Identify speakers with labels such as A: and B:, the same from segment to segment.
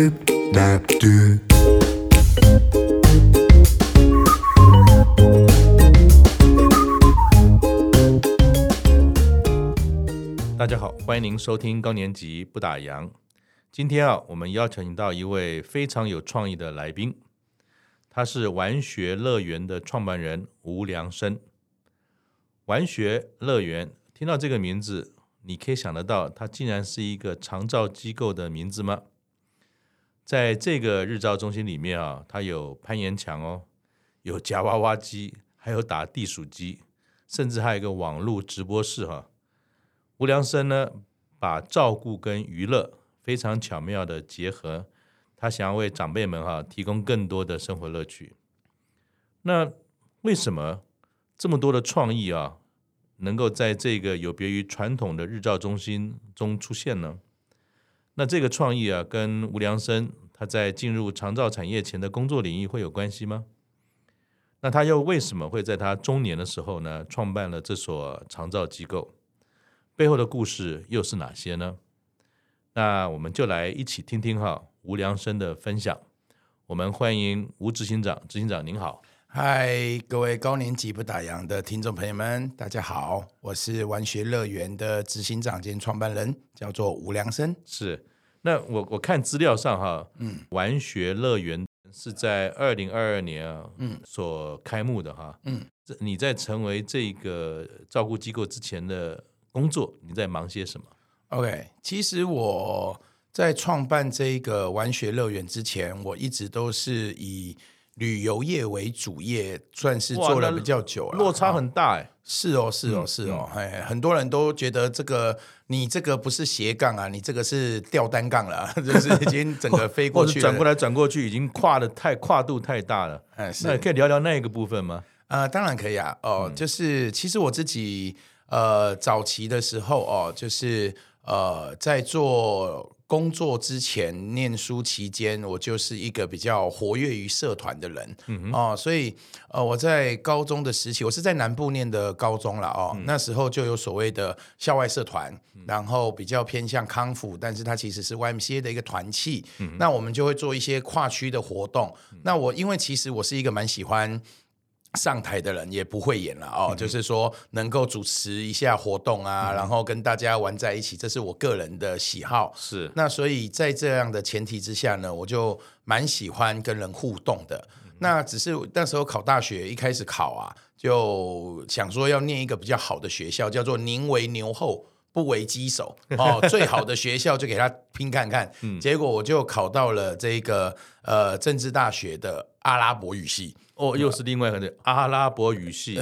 A: Do-do-da-do.
B: Hello，大家好，欢迎您收听高年级不打烊。今天啊，我们邀请到一位非常有创意的来宾，他是玩学乐园的创办人吴良生。玩学乐园，听到这个名字，你可以想得到，它竟然是一个长照机构的名字吗？在这个日照中心里面啊，它有攀岩墙哦，有夹娃娃机，还有打地鼠机，甚至还有一个网络直播室哈、吴良生呢，把照顾跟娱乐非常巧妙的结合，他想要为长辈们哈、提供更多的生活乐趣。那为什么这么多的创意啊，能够在这个有别于传统的日照中心中出现呢？那这个创意啊，跟吴良生他在进入长照产业前的工作领域会有关系吗？那他又为什么会在他中年的时候呢，创办了这所长照机构？背后的故事又是哪些呢？那我们就来一起听听哈吴良生的分享。我们欢迎吴执行长，执行长您好。
C: 嗨，各位高年级不打烊的听众朋友们，大家好，我是玩学乐园的执行长兼创办人，叫做吴良生。
B: 是，那我我看资料上哈，嗯，玩学乐园是在二零二二年啊，嗯，所开幕的哈，
C: 嗯，
B: 这你在成为这个照顾机构之前的工作，你在忙些什么？
C: OK，其实我在创办这个玩学乐园之前，我一直都是以旅游业为主业，算是
B: 哇
C: 做了
B: 那
C: 比较久了，
B: 落嗯差很大哎、
C: 是哦，是哦，是哦，哎、很多人都觉得这个你这个不是斜杠啊，你这个是吊单杠了啊， 就是已经整个飞
B: 哦或
C: 过
B: 者
C: 去了，
B: 转过来转过去，已经跨的太跨度太大了。
C: 哎，是
B: 那可以聊聊那个部分吗？
C: 呃，当然可以啊。哦，就是其实我自己呃早期的时候哦，就是呃在做工作之前，念书期间，我就是一个比较活跃于社团的人。嗯哦，所以呃我在高中的时期，我是在南部念的高中了哦，那时候就有所谓的校外社团，然后比较偏向康复，但是它其实是 YMCA 的一个团契。那我们就会做一些跨区的活动。那我因为其实我是一个蛮喜欢。上台的人也不会演了哦，就是说能够主持一下活动啊，然后跟大家玩在一起，这是我个人的喜好。
B: 是
C: 那所以在这样的前提之下呢，我就蛮喜欢跟人互动的。那只是那时候考大学，一开始考啊，就想说要念一个比较好的学校，叫做宁为牛后。不为鸡首哦，最好的学校就给他拼看看。结果我就考到了这个呃政治大学的阿拉伯语系。
B: 哦，又是另外一个阿拉伯语系。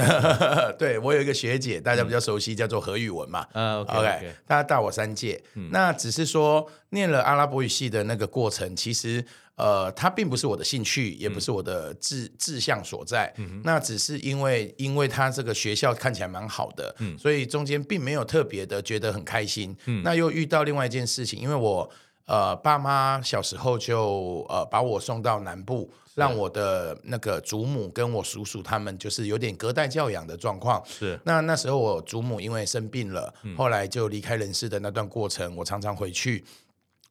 C: 对我有一个学姐，大家比较熟悉，叫做何宇文嘛。
B: 啊
C: OK，, 大家大我三届，那只是说念了阿拉伯语系的那个过程，其实呃，它并不是我的兴趣，也不是我的志、志向所在。那只是因为因为它这个学校看起来蛮好的，所以中间并没有特别的觉得很开心。那又遇到另外一件事情，因为我呃爸妈小时候就呃把我送到南部。让我的那个祖母跟我叔叔他们就是有点隔代教养的状况，
B: 是
C: 那那时候我祖母因为生病了，后来就离开人世的那段过程，我常常回去，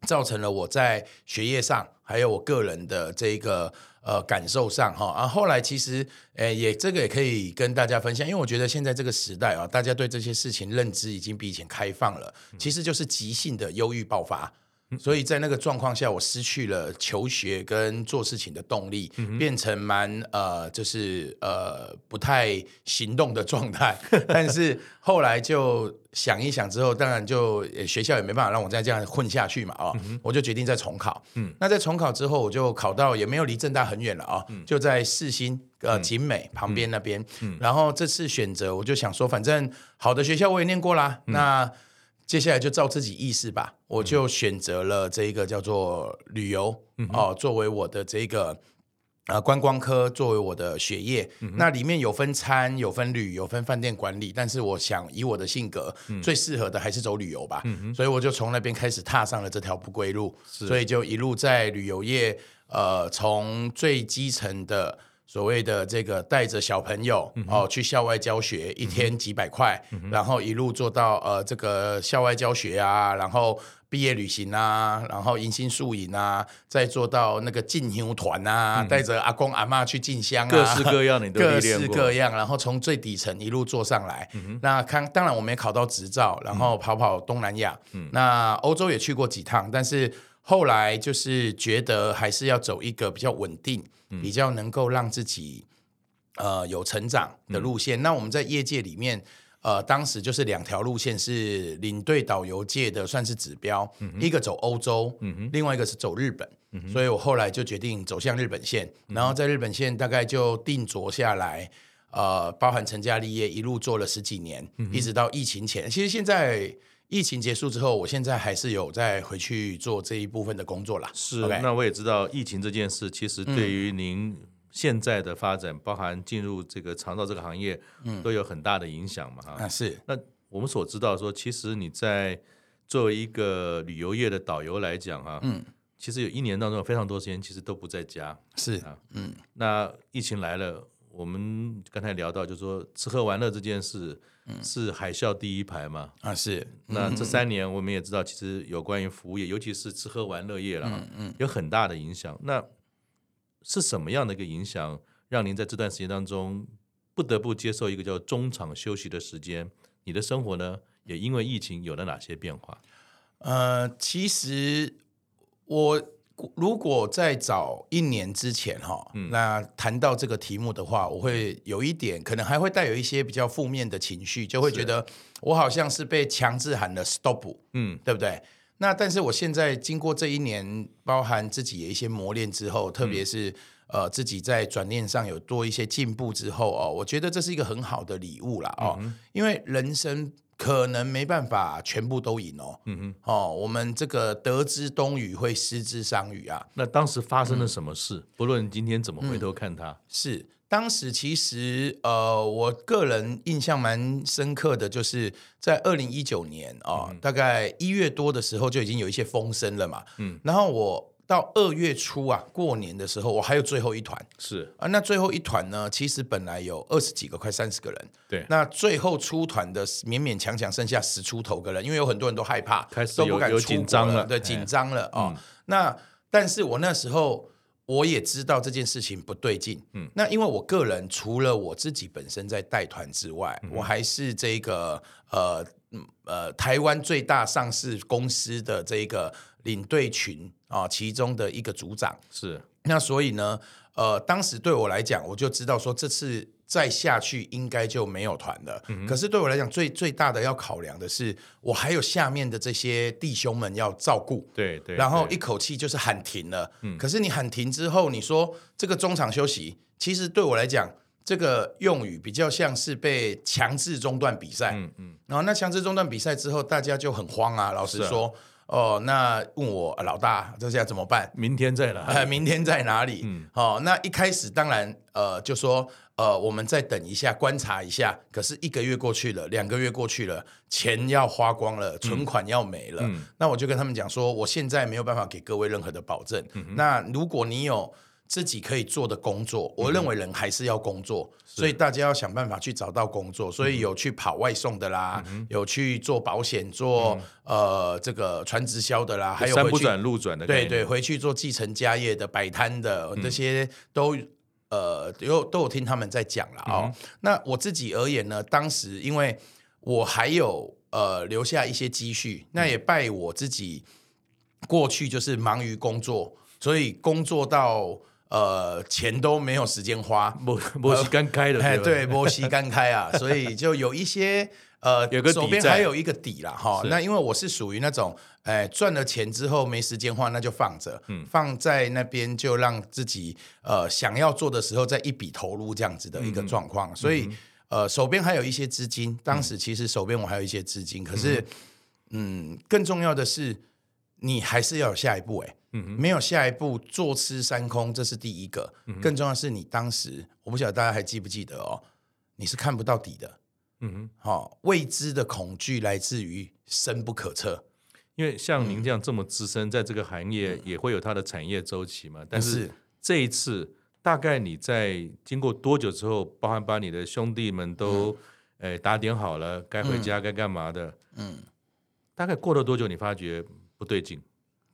C: 造成了我在学业上还有我个人的这个呃感受上哈。啊，后来其实呃也这个也可以跟大家分享，因为我觉得现在这个时代啊，大家对这些事情认知已经比以前开放了，其实就是急性的忧郁爆发。所以在那个状况下，我失去了求学跟做事情的动力，变成蛮呃，就是呃不太行动的状态。 但是后来就想一想之后，当然就呃学校也没办法让我再这样混下去嘛，哦，我就决定再重考。嗯，那在重考之后，我就考到也没有离正大很远了啊、哦，就在世新呃景美旁边那边。然后这次选择，我就想说，反正好的学校我也念过啦，那。接下来就照自己意识吧，我就选择了这一个叫做旅游哦、作为我的这个呃观光科作为我的学业。那里面有分餐，有分旅，有分饭店管理，但是我想以我的性格，最适合的还是走旅游吧。所以我就从那边开始踏上了这条不归路，所以就一路在旅游业，呃，从最基层的。所谓的这个带着小朋友、
B: 嗯
C: 哦去校外教学，一天几百块，然后一路做到呃这个校外教学啊，然后毕业旅行啊，然后迎新宿营啊，再做到那个进牛团啊，带着阿公阿妈去进香啊，
B: 嗯各式各样你都历
C: 各
B: 练
C: 式
B: 过嗯
C: 各样，然后从最底层一路做上来。那看，当然我们也考到执照，然后跑跑东南亚。
B: 嗯
C: 那欧洲也去过几趟，但是后来就是觉得还是要走一个比较稳定，
B: 嗯
C: 比较能够让自己呃有成长
B: 嗯
C: 的路线。那我们在业界里面。呃，当时就是两条路线是领队导游界的算是指标，
B: 嗯
C: 一个走欧洲，另外一个是走日本，所以我后来就决定走向日本
B: 嗯
C: 线，然后在日本线大概就定着下来，呃，包含成家立业，一路做了十几年，
B: 嗯
C: 一直到疫情前。其实现在疫情结束之后，我现在还是有再回去做这一部分的工作啦。
B: 是
C: OK 嗯
B: 那我也知道疫情这件事，其实对于您现在的发展，包含进入这个肠道这个行业，
C: 嗯
B: 都有很大的影响嘛哈。
C: 啊，是
B: 那我们所知道说，其实你在作为一个旅游业的导游来讲哈、嗯，其实有一年当中有非常多时间其实都不在家。
C: 是
B: 那疫情来了，我们刚才聊到，就是说吃喝玩乐这件事、
C: 嗯
B: 是海啸第一排嘛。
C: 啊，是
B: 那这三年我们也知道，其实有关于服务业，尤其是吃喝玩乐业了，有很大的影响。那是什么样的一个影响，让您在这段时间当中不得不接受一个叫中场休息的时间？你的生活呢，也因为疫情有了哪些变化？
C: 呃，其实我如果在早一年之前哈，那谈到这个题目的话，我会有一点，可能还会带有一些比较负面的情绪，就会觉得我好像是被强制喊了 stop，
B: 嗯
C: 对不对？那但是我现在经过这一年，包含自己的一些磨练之后，特
B: 嗯
C: 别是、呃自己在转念上有多一些进步之后哦，我觉得这是一个很好的礼物啦哦，
B: 嗯
C: 因为人生可能没办法全部都赢哦，
B: 嗯哼。
C: 哦，我们这个得之东隅会失之桑榆啊，
B: 那当时发生了什么事？不论今天怎么回头看它，
C: 是当时其实呃，我个人印象蛮深刻的，就是在二零一九年啊、大概一月多的时候就已经有一些风声了嘛，嗯，然后我到二月初啊，过年的时候我还有最后一团
B: 是
C: 啊，那最后一团呢，其实本来有二十几个，快三十个人，
B: 对
C: 那最后出团的勉勉强强剩下十出头个人，因为有很多人都害怕，
B: 开始
C: 都不
B: 有
C: 敢
B: 有
C: 出国
B: 紧张了
C: 了，对，
B: 哎
C: 紧张了哦。那但是我那时候我也知道这件事情不对劲，嗯，那因为我个人除了我自己本身在带团之外，
B: 嗯
C: 我还是这个呃嗯呃台湾最大上市公司的这个领队群啊、其中的一个组长。
B: 是，
C: 那所以呢，呃，当时对我来讲，我就知道说这次再下去应该就没有团了。
B: 嗯
C: 可是对我来讲，最最大的要考量的是，我还有下面的这些弟兄们要照顾。
B: 对对。
C: 然后
B: 对嗯
C: 一口气就是喊停了，可是你喊停之后，你说这个中场休息，其实对我来讲，这个用语比较像是被强制中断比赛，
B: 嗯嗯，
C: 然后那强制中断比赛之后，大家就很慌啊。老实
B: 是啊
C: 说，哦，那问我啊老大，这下怎么办？
B: 明天再来。
C: 呃，明天在哪里？
B: 嗯
C: 哦，那一开始当然呃，就说呃，我们再等一下，观察一下。可是一个月过去了，两个月过去了，钱要花光了，存款要没了。
B: 嗯
C: 那我就跟他们讲说，我现在没有办法给各位任何的保证。
B: 嗯
C: 那如果你有。自己可以做的工作，
B: 嗯
C: 我认为人还是要工作，所以大家要想办法去找到工
B: 嗯
C: 作。所以有去跑外送的啦，有去做保险、做、呃这个传直销的啦，还有
B: 山
C: 回
B: 嗯不
C: 去
B: 转路转的概
C: 对嗯
B: 念，
C: 对，回去做继承家业的、摆摊的这些都。呃，有都有听他们在讲了哦。那我自己而言呢，当时因为我还有呃留下一些积蓄，那也拜我自己过去就是忙于工作，所以工作到呃钱都没有时间花，
B: 墨墨西干开的，
C: 哎，
B: 吧
C: 对，摩西干开啊，所以就有一些呃，
B: 有个底
C: 手边
B: 在
C: 还有一个底啦哈。
B: 是
C: 那因为我是属于那种，哎，赚了钱之后没时间花，那就放着，
B: 嗯
C: 放在那边就让自己呃想要做的时候再一笔投入这样子的一
B: 嗯
C: 个状况，所以。呃，手边还有一些资金，当
B: 嗯
C: 时其实手边我还有一些资金，可是，嗯，更重要的是，你还是要有下一步、欸，
B: 嗯
C: 没有下一步，坐吃山空，这是第一个。
B: 嗯
C: 更重要的是，你当时我不晓得大家还记不记得哦，你是看不到底的。
B: 嗯哼。
C: 哦，未知的恐惧来自于深不可测。
B: 因为像
C: 嗯
B: 您这样这么资深，在这个行业也会有它的产业周期嘛。但是
C: 是
B: 这一次大概你在经过多久之后，包含把你的兄弟们都诶、呃打点好了，该回家、该干嘛的，
C: 嗯，
B: 大概过了多久，你发觉不对劲？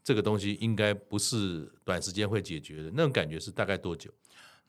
B: 这个东西应该不是短时间会解决的，那种感觉是大概多久？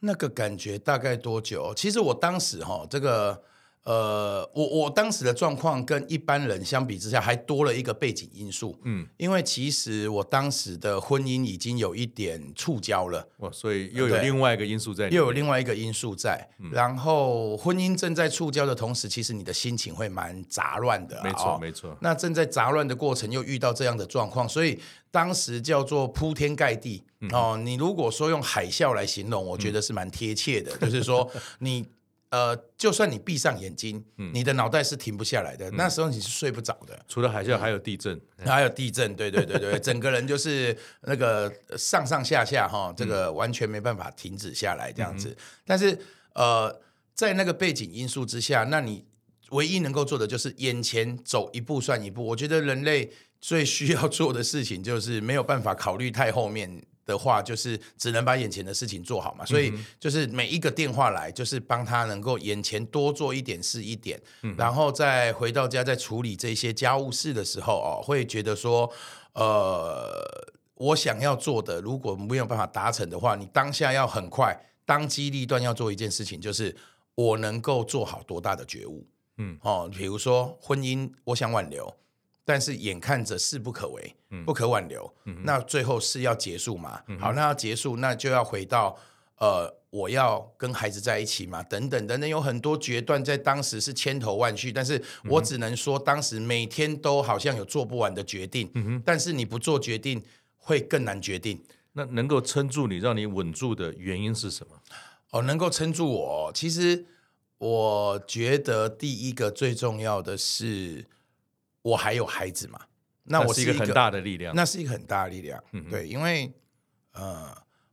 C: 那个感觉大概多久？其实我当时哈，这个呃，我我当时的状况跟一般人相比之下，还多了一个背景因素。
B: 嗯，
C: 因为其实我当时的婚姻已经有一点触礁了，
B: 哇，所以又有
C: 对
B: 另外一个因素在里面，
C: 又有另外一个因素在，
B: 嗯
C: 然后婚姻正在触礁的同时，其实你的心情会蛮杂乱的啊、
B: 没
C: 哦
B: 错，没错，
C: 那正在杂乱的过程又遇到这样的状况，所以当时叫做铺天盖地、哦。你如果说用海啸来形容，我觉得是蛮贴切的，就是说你呃，就算你闭上眼睛，你的脑袋是停不下来的，那时候你是睡不着的。
B: 除了海啸，还有地震，
C: 还有地震，对对对对，整个人就是那个上上下下哈，这个完全没办法停止下来这样子。但是呃，在那个背景因素之下，那你唯一能够做的就是眼前走一步算一步。我觉得人类最需要做的事情就是没有办法考虑太后面。的话，就是只能把眼前的事情做好嘛，所以就是每一个电话来，就是帮他能够眼前多做一点是一点，然后再回到家再处理这些家务事的时候哦，会觉得说，呃，我想要做的，如果没有办法达成的话，你当下要很快当机立断要做一件事情，就是我能够做好多大的觉悟。
B: 嗯
C: 嗯，哦，比如说婚姻，我想挽留，但是眼看着势不可为，不可挽留，那最后是要结束嘛？好，那要结束，那就要回到呃，我要跟孩子在一起嘛？等等等等，有很多决断在当时是千头万绪，但是我只能说，当时每天都好像有做不完的决定，但是你不做决定会更难决定。
B: 那能够撑住你，让你稳住的原因是什么？
C: 哦，能够撑住我哦，其实我觉得第一个最重要的是，我还有孩子嘛。那我
B: 是
C: 一
B: 一
C: 个
B: 个很大的力量。
C: 那是一个很大的力量。对，因为呃，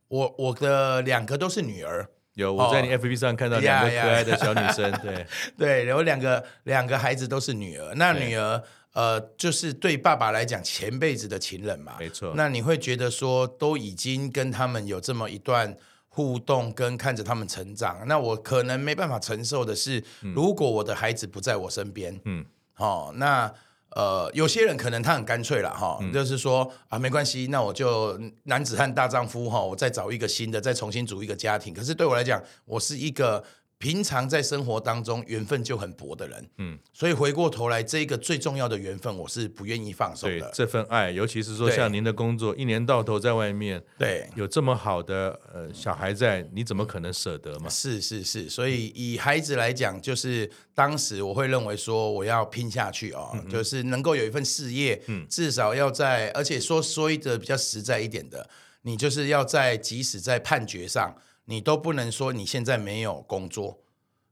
C: 我我的两个都是女儿，
B: 有我在你
C: 哦
B: FB 上看到两个
C: 呀呀
B: 可爱的小女生， 对，
C: 对，有两个两个孩子都是女儿。那
B: 对
C: 女儿呃，就是对爸爸来讲前辈子的情人嘛，
B: 没错。
C: 那你会觉得说，都已经跟他们有这么一段互动，跟看着他们成长，那我可能没办法承受的是，如果我的孩子不在我身边，
B: 嗯
C: 嗯，哦，那。呃，有些人可能他很干脆了哈，就是说啊，没关系，那我就嗯男子汉大丈夫哈，我再找一个新的，再重新组一个家庭。可是对我来讲，我是一个平常在生活当中缘分就很薄的人，
B: 嗯
C: 嗯，所以回过头来，这个最重要的缘分，我是不愿意放手
B: 对
C: 的。
B: 这份爱，尤其是说
C: 对
B: 像您的工作，一年到头在外面
C: 对，
B: 有这么好的呃小孩在，你怎么可能舍得嘛？
C: 哦是是是，所以
B: 嗯
C: 以孩子来讲，就是当时我会认为说我要拼下去哦，
B: 嗯
C: 就是能够有一份事业，至少要在，而且说说的比较实在一点的，你就是要在即使在判决上，你都不能说你现在没有工作，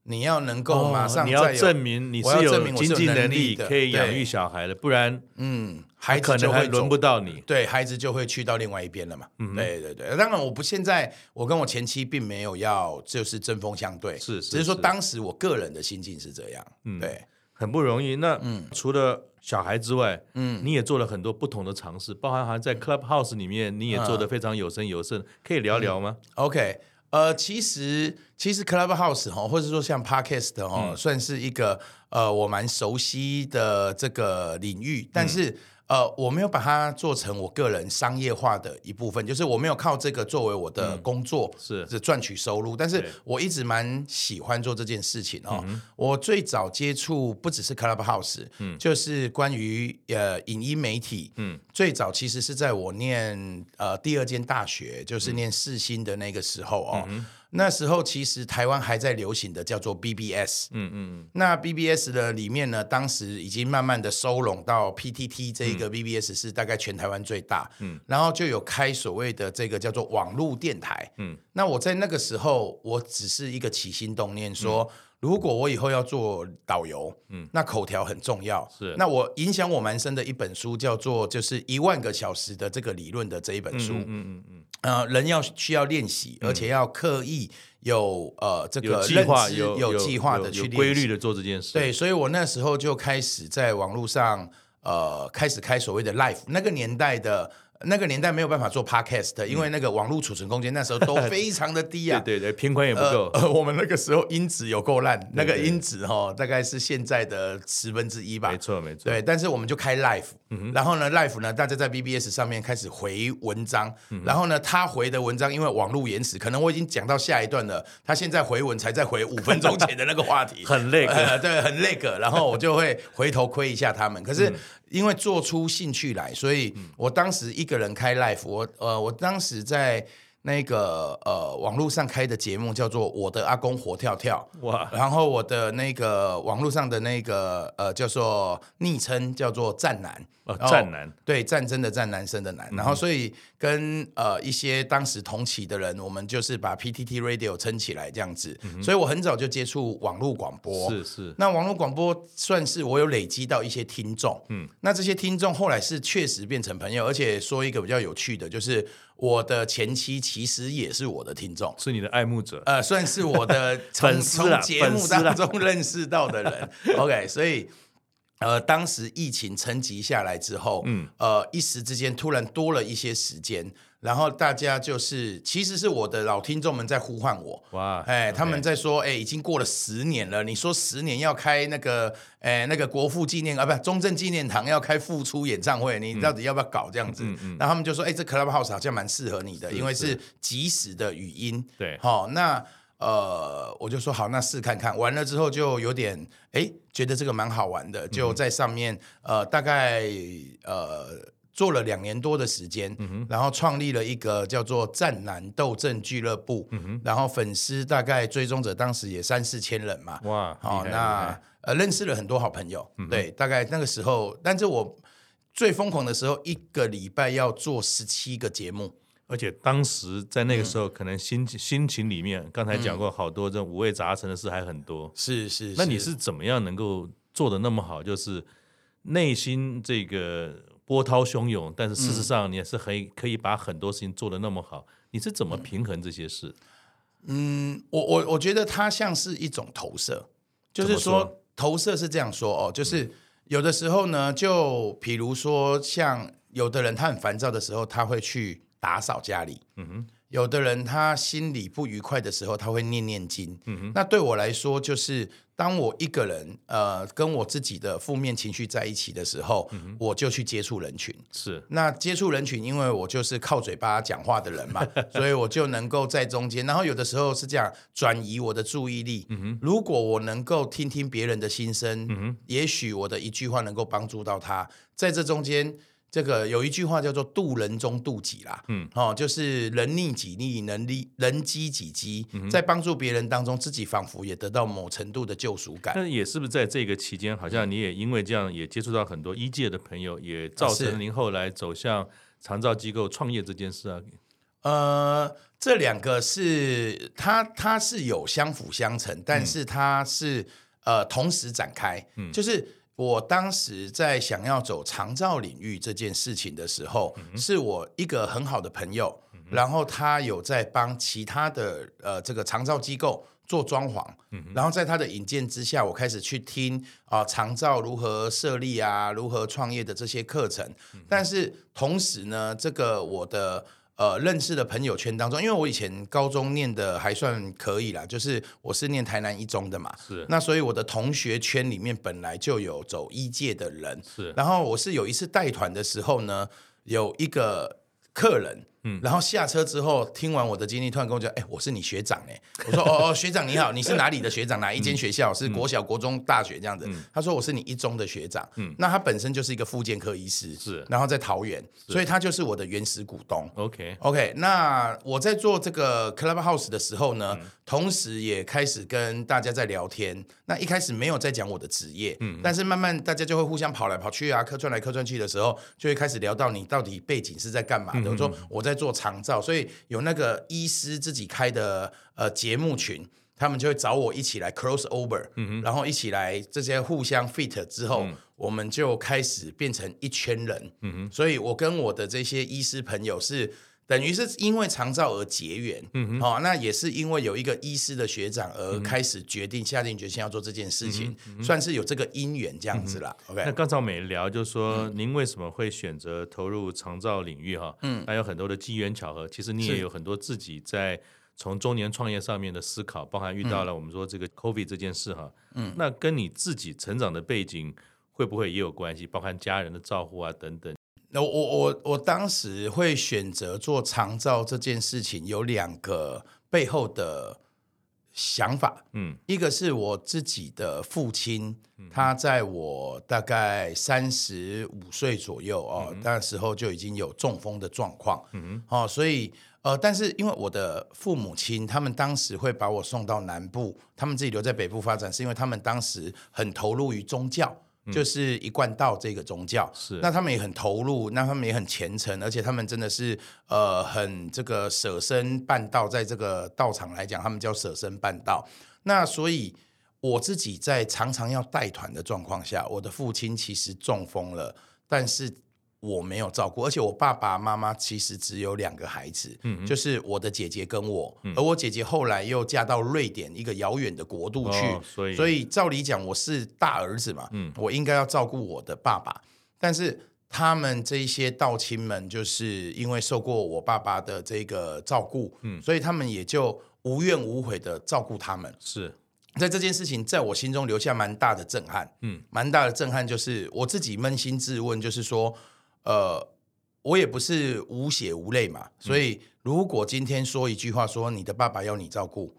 C: 你要能够马上
B: 哦你
C: 再
B: 要
C: 有、
B: 证明你
C: 我要
B: 是有
C: 证明我是
B: 经
C: 有
B: 济
C: 能
B: 力
C: 力的
B: 可以养
C: 对
B: 育小孩的，不然
C: 嗯，孩
B: 可
C: 子就
B: 能还
C: 会
B: 轮
C: 走
B: 不嗯到你。
C: 对孩子就会去到另外一边了嘛。对对对，当然我不现在我跟我前妻并没有要就是针锋相对，
B: 是是
C: 只是说
B: 是
C: 当时我个人的心境是这样。
B: 嗯
C: 对，
B: 很不容易。那
C: 嗯
B: 除了小孩之外，嗯，你也做了很多不同的尝试，包含好像
C: 嗯
B: 在 Clubhouse 里面，你也做
C: 啊
B: 得非常有声有色，可以聊聊吗？
C: OK，呃，其实其实 Clubhouse 哈，或者说像 Podcast 哦，算是一个呃我蛮熟悉的这个领域，但是。呃，我没有把它做成我个人商业化的一部分，就是我没有靠这个作为我的工作，
B: 是
C: 是赚取收入。但是
B: 对
C: 我一直蛮喜欢做这件事情哦。我最早接触不只是 Clubhouse，嗯，就是关于呃影音媒体，嗯，最早其实是在我念呃第二间大学，就是念世新的那个时候哦。那时候其实台湾还在流行的叫做 BBS，
B: 嗯嗯
C: 那 BBS 的里面呢，当时已经慢慢的收拢到 PTT 这一
B: 嗯
C: 个 BBS 是大概全台湾最大，嗯，然后就有开所谓的这个叫做网络电台，
B: 嗯
C: 嗯，那我在那个时候，我只是一个起心动念说。
B: 嗯
C: 如果我以后要做导游，嗯，那口条很重要。
B: 是
C: 那我影响我蛮深的一本书叫做《就是一万个小时的这个理论》的这一本书。
B: 嗯嗯嗯嗯，
C: 呃，人要需要练习，而且要刻意有呃这
B: 有
C: 个
B: 计划，
C: 认知
B: 有
C: 有计划的去
B: 有
C: 练习
B: 规律的做这件事。
C: 对，所以我那时候就开始在网络上呃开始开所谓的 life，那个年代的那个年代没有办法做 podcast，因为那个网络储存空间那时候 都非常的低
B: 嗯对
C: 啊。
B: 对对，偏宽也不够。
C: 呃，我们那个时候音质有够烂，那个
B: 对
C: 音质哈，大概是现在的十分之一吧
B: 没。错嗯没错，
C: 对，但是我们就开 live，、然后呢，live 呢，大家在 BBS 上面开始回文章，
B: 嗯
C: 然后呢，他回的文章因为网络延迟，可能我已经讲到下一段了，他现在回文才在回五分钟前的那个话题，
B: 很累
C: 呃，对，很那个，然后我就会回头窥一下他们。可
B: 嗯
C: 是因为做出兴趣来，所以我当时一个人开 live，我呃，我当时在那个呃网络上开的节目叫做《我的阿公活跳跳》，
B: 哇，
C: 然后我的那个网络上的那个呃叫做昵称叫做战男，
B: 哦
C: 然后
B: 战男
C: 对呃战争的战男生的男，然后所以跟呃一些当时同期的人，我们就是把 PTT Radio 撑起来这样子，所以我很早就接触网络广播，
B: 是是，
C: 那网络广播算是我有累积到一些听众，嗯，那这些听众后来是确实变成朋友，而且说一个比较有趣的，就是我的前妻其实也是我的听众。
B: 是你的爱慕者。
C: 呃，算是我 的从
B: 粉丝
C: 从
B: 啊
C: 节目
B: 粉丝啊
C: 当中 认识到的人。OK，所以呃，当时疫情沉寂下来之后，嗯，呃，一时之间突然多了一些时间，然后大家就是其实是我的老听众们在呼唤我，
B: 哇，
C: 哎，他们在说，哎，已经过了十年了。你说十年要开那个，哎，那个国父纪念啊，不，中正纪念堂要开复出演唱会，
B: 嗯
C: 你到底要不要搞这样子？那他们就说，哎，这 Clubhouse 好像蛮适合你的，因为是即时的语音。
B: 对
C: 好、那呃，我就说好，那试看看。完了之后就有点，哎，觉得这个蛮好玩的，
B: 嗯
C: 就在上面，呃，大概呃。做了两年多的时间，
B: 嗯
C: 然后创立了一个叫做“战南斗阵俱乐部”，
B: 嗯
C: 然后粉丝大概追踪者当时也三四千人嘛，
B: 哇，
C: 好、
B: 厉害厉
C: 哦那
B: 害嗯
C: 呃认识了很多好朋友，对，大概那个时候，但是我最疯狂的时候，一个礼拜要做十七个节目，
B: 而且当时在那个时
C: 嗯
B: 候，可能心情心情里面，刚才讲过好多这种五味杂陈的事还很多。
C: 是嗯是
B: 那你是怎么样能够做的那么好？就是内心这个波涛汹涌，但是事
C: 嗯
B: 实上你也是很可以把很多事情做得那么好。你是怎
C: 嗯
B: 么平衡这些事？
C: 我我我觉得它像是一种投射，就是
B: 怎么
C: 说
B: 说
C: 投射是这样说哦，就是有的时候呢，就比如说像有的人他很烦躁的时候，他会去打扫家里，嗯哼。有的人他心里不愉快的时候，他会念念经。嗯哼，那对我来说，就是当我一个人呃跟我自己的负面情绪在一起的时候，我就去接触人群。
B: 是
C: 那接触人群，因为我就是靠嘴巴讲话的人嘛，所以我就能够在中间。然后有的时候是这样转移我的注意力。如果我能够听听别人的心声，也许我的一句话能够帮助到他。在这中间，这个有一句话叫做“渡人中渡己”啦，嗯，哦，就是人逆己逆，人利人饥己饥，在帮助别人当中，自己仿佛也得到某程度的救赎感。
B: 但也是不是在这个期间，好像你也因为这样也接触到很多医界的朋友，也造成
C: 是
B: 了您后来走向长照机构创业这件事啊？
C: 呃，这两个是它它是有相辅相成，但是它是、呃同时展开，就是。我当时在想要走长照领域这件事情的时候，是我一个很好的朋友，然后他有在帮其他的呃这个长照机构做装潢，然后在他的引荐之下，我开始去听啊、长照如何设立啊，如何创业的这些课程。但是同时呢，这个我的呃认识的朋友圈当中，因为我以前高中念的还算可以啦，就是我是念台南一中的嘛，
B: 是
C: 那所以我的同学圈里面本来就有走医界的人，
B: 是
C: 然后我是有一次带团的时候呢，有一个客人。嗯，然后下车之后，听完我的经历，突然跟我讲：“哎、我是你学长哎、我说：“哦哦， 学长你好，你是哪里的学长？哪一间学校？是国小、国中、大学这样子？”他说：“我是你一中的学长。”嗯，那他本身就是一个复健科医师，
B: 是
C: 然后在桃园，所以他就是我的原始股东。
B: OK，
C: OK，那我在做这个 Clubhouse 的时候呢，同时也开始跟大家在聊天。那一开始没有在讲我的职业，但是慢慢大家就会互相跑来跑去啊，客串来客串去的时候，就会开始聊到你到底背景是在干嘛的。我说我在做长照，所以有那个医师自己开的呃节目群。他们就会找我一起来 cross over，、然后一起来这些互相 fit 之后，我们就开始变成一圈人。所以我跟我的这些医师朋友是等于是因为长照而结缘，嗯好、那也是因为有一个医师的学长而开始决定、下定决心要做这件事情，算是有这个因缘这样子啦。
B: 那
C: OK，
B: 刚才我们也聊，就是说您为什么会选择投入长照领域哈？嗯，那有很多的机缘巧合，其实你也
C: 是
B: 有很多自己在从中年创业上面的思考，包含遇到了我们说这个 COVID 这件事哈，嗯，那跟你自己成长的背景会不会也有关系？包含家人的照顾啊等等。
C: 那我我我我当时会选择做长照这件事情，有两个背后的想法，
B: 嗯
C: 一个是我自己的父亲，他在我大概三十五岁左右哦，那时候就已经有中风的状况，嗯哦，所以呃，但是因为我的父母亲他们当时会把我送到南部，他们自己留在北部发展，是因为他们当时很投入于宗教。就是一贯道这个宗教，
B: 是
C: 那他们也很投入，那他们也很虔诚，而且他们真的是呃很这个舍身办道，在这个道场来讲，他们叫舍身办道。那所以我自己在常常要带团的状况下，我的父亲其实中风了，但是我没有照顾，而且我爸爸妈妈其实只有两个孩子，
B: 嗯
C: 就是我的姐姐跟我，而我姐姐后来又嫁到瑞典一个遥远的国度去，
B: 哦所以
C: 所以照理讲我是大儿子嘛，
B: 嗯
C: 我应该要照顾我的爸爸，但是。他们这一些道亲们，就是因为受过我爸爸的这个照顾，
B: 嗯
C: 所以他们也就无怨无悔的照顾他们。
B: 是，
C: 在这件事情在我心中留下蛮大的震撼，
B: 嗯
C: 蛮大的震撼就是我自己扪心自问，就是说，呃，我也不是无血无泪嘛，所
B: 嗯
C: 以如果今天说一句话说你的爸爸要你照顾，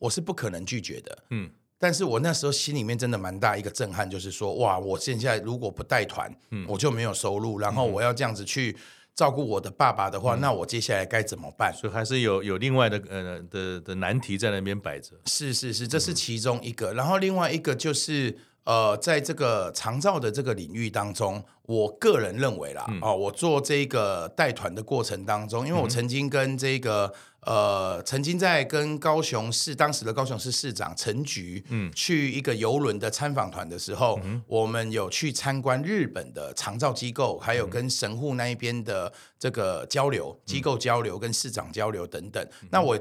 C: 我是不可能拒绝的。
B: 嗯
C: 但是我那时候心里面真的蛮大一个震撼，就是说，哇，我现在如果不带团，
B: 嗯
C: 我就没有收入，然后我要这样子去照顾我的爸爸的话，那我接下来该怎么办？
B: 嗯所以还是有有另外的呃的的难题在那边摆着。
C: 是是是，这是其中一个。然后另外一个就是，呃，在这个长照的这个领域当中，我个人认为啦，哦，我做这个带团的过程当中，因为我曾经跟这个。呃，曾经在跟高雄市当时的高雄市市长陈菊，嗯，去一个游轮的参访团的时候，我们有去参观日本的长照机构，还有跟神户那一边的这个交流机构交流，跟市长交流等等。那我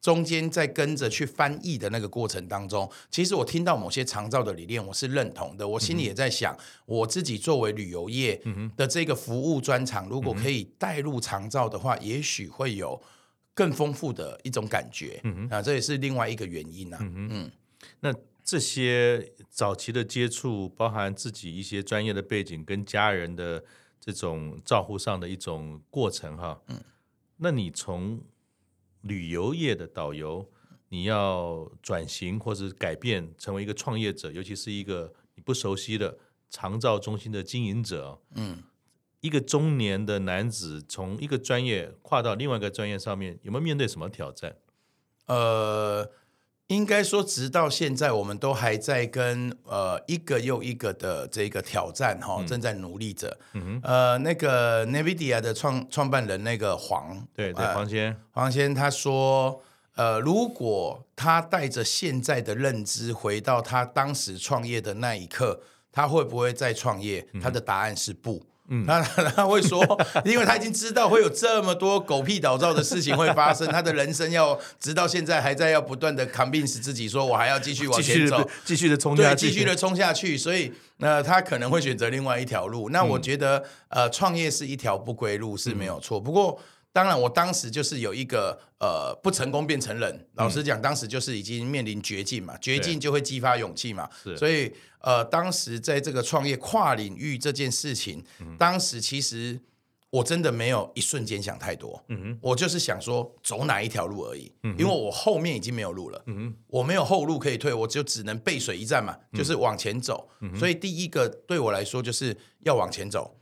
C: 中间在跟着去翻译的那个过程当中，其实我听到某些长照的理念，我是认同的。我心里也在想，我自己作为旅游业的这个服务专场，如果可以带入长照的话，也许会有更丰富的一种感觉。啊，这也是另外一个原因啊。
B: 那这些早期的接触，包含自己一些专业的背景跟家人的这种照顾上的一种过程哈。嗯，那你从旅游业的导游，你要转型或者改变，成为一个创业者，尤其是一个你不熟悉的长照中心的经营者，嗯。一个中年的男子从一个专业跨到另外一个专业上面，有没有面对什么挑战？
C: 呃，应该说，直到现在，我们都还在跟呃一个又一个的这个挑战哈、
B: 嗯
C: 正在努力着。呃，那个 NVIDIA 的创创办人那个黄，
B: 对，对，
C: 呃
B: 黄先，
C: 黄先他说，呃，如果他带着现在的认知回到他当时创业的那一刻，他会不会再创业？他的答案是不。嗯，他他会说，因为他已经知道会有这么多狗屁倒灶的事情会发生，他的人生要直到现在还在要不断的 convince 自己说，我还要继续往
B: 继
C: 前
B: 续
C: 走，
B: 地继续的冲
C: 对
B: 下，去，
C: 继续的冲下去，所以那、呃他可能会选择另外一条路。
B: 嗯
C: 那我觉得、呃，创业是一条不归路是没有错，不过。当然，我当时就是有一个呃不成功变成人。老实讲，当时就是已经面临绝境嘛，绝境就会激发勇气嘛
B: 是。
C: 所以呃，当时在这个创业跨领域这件事情，
B: 嗯
C: 当时其实我真的没有一瞬间想太多。
B: 嗯
C: 我就是想说走哪一条路而已，因为我后面已经没有路了，我没有后路可以退，我就只能背水一战嘛，就是往前走。所以第一个对我来说就是要往前走。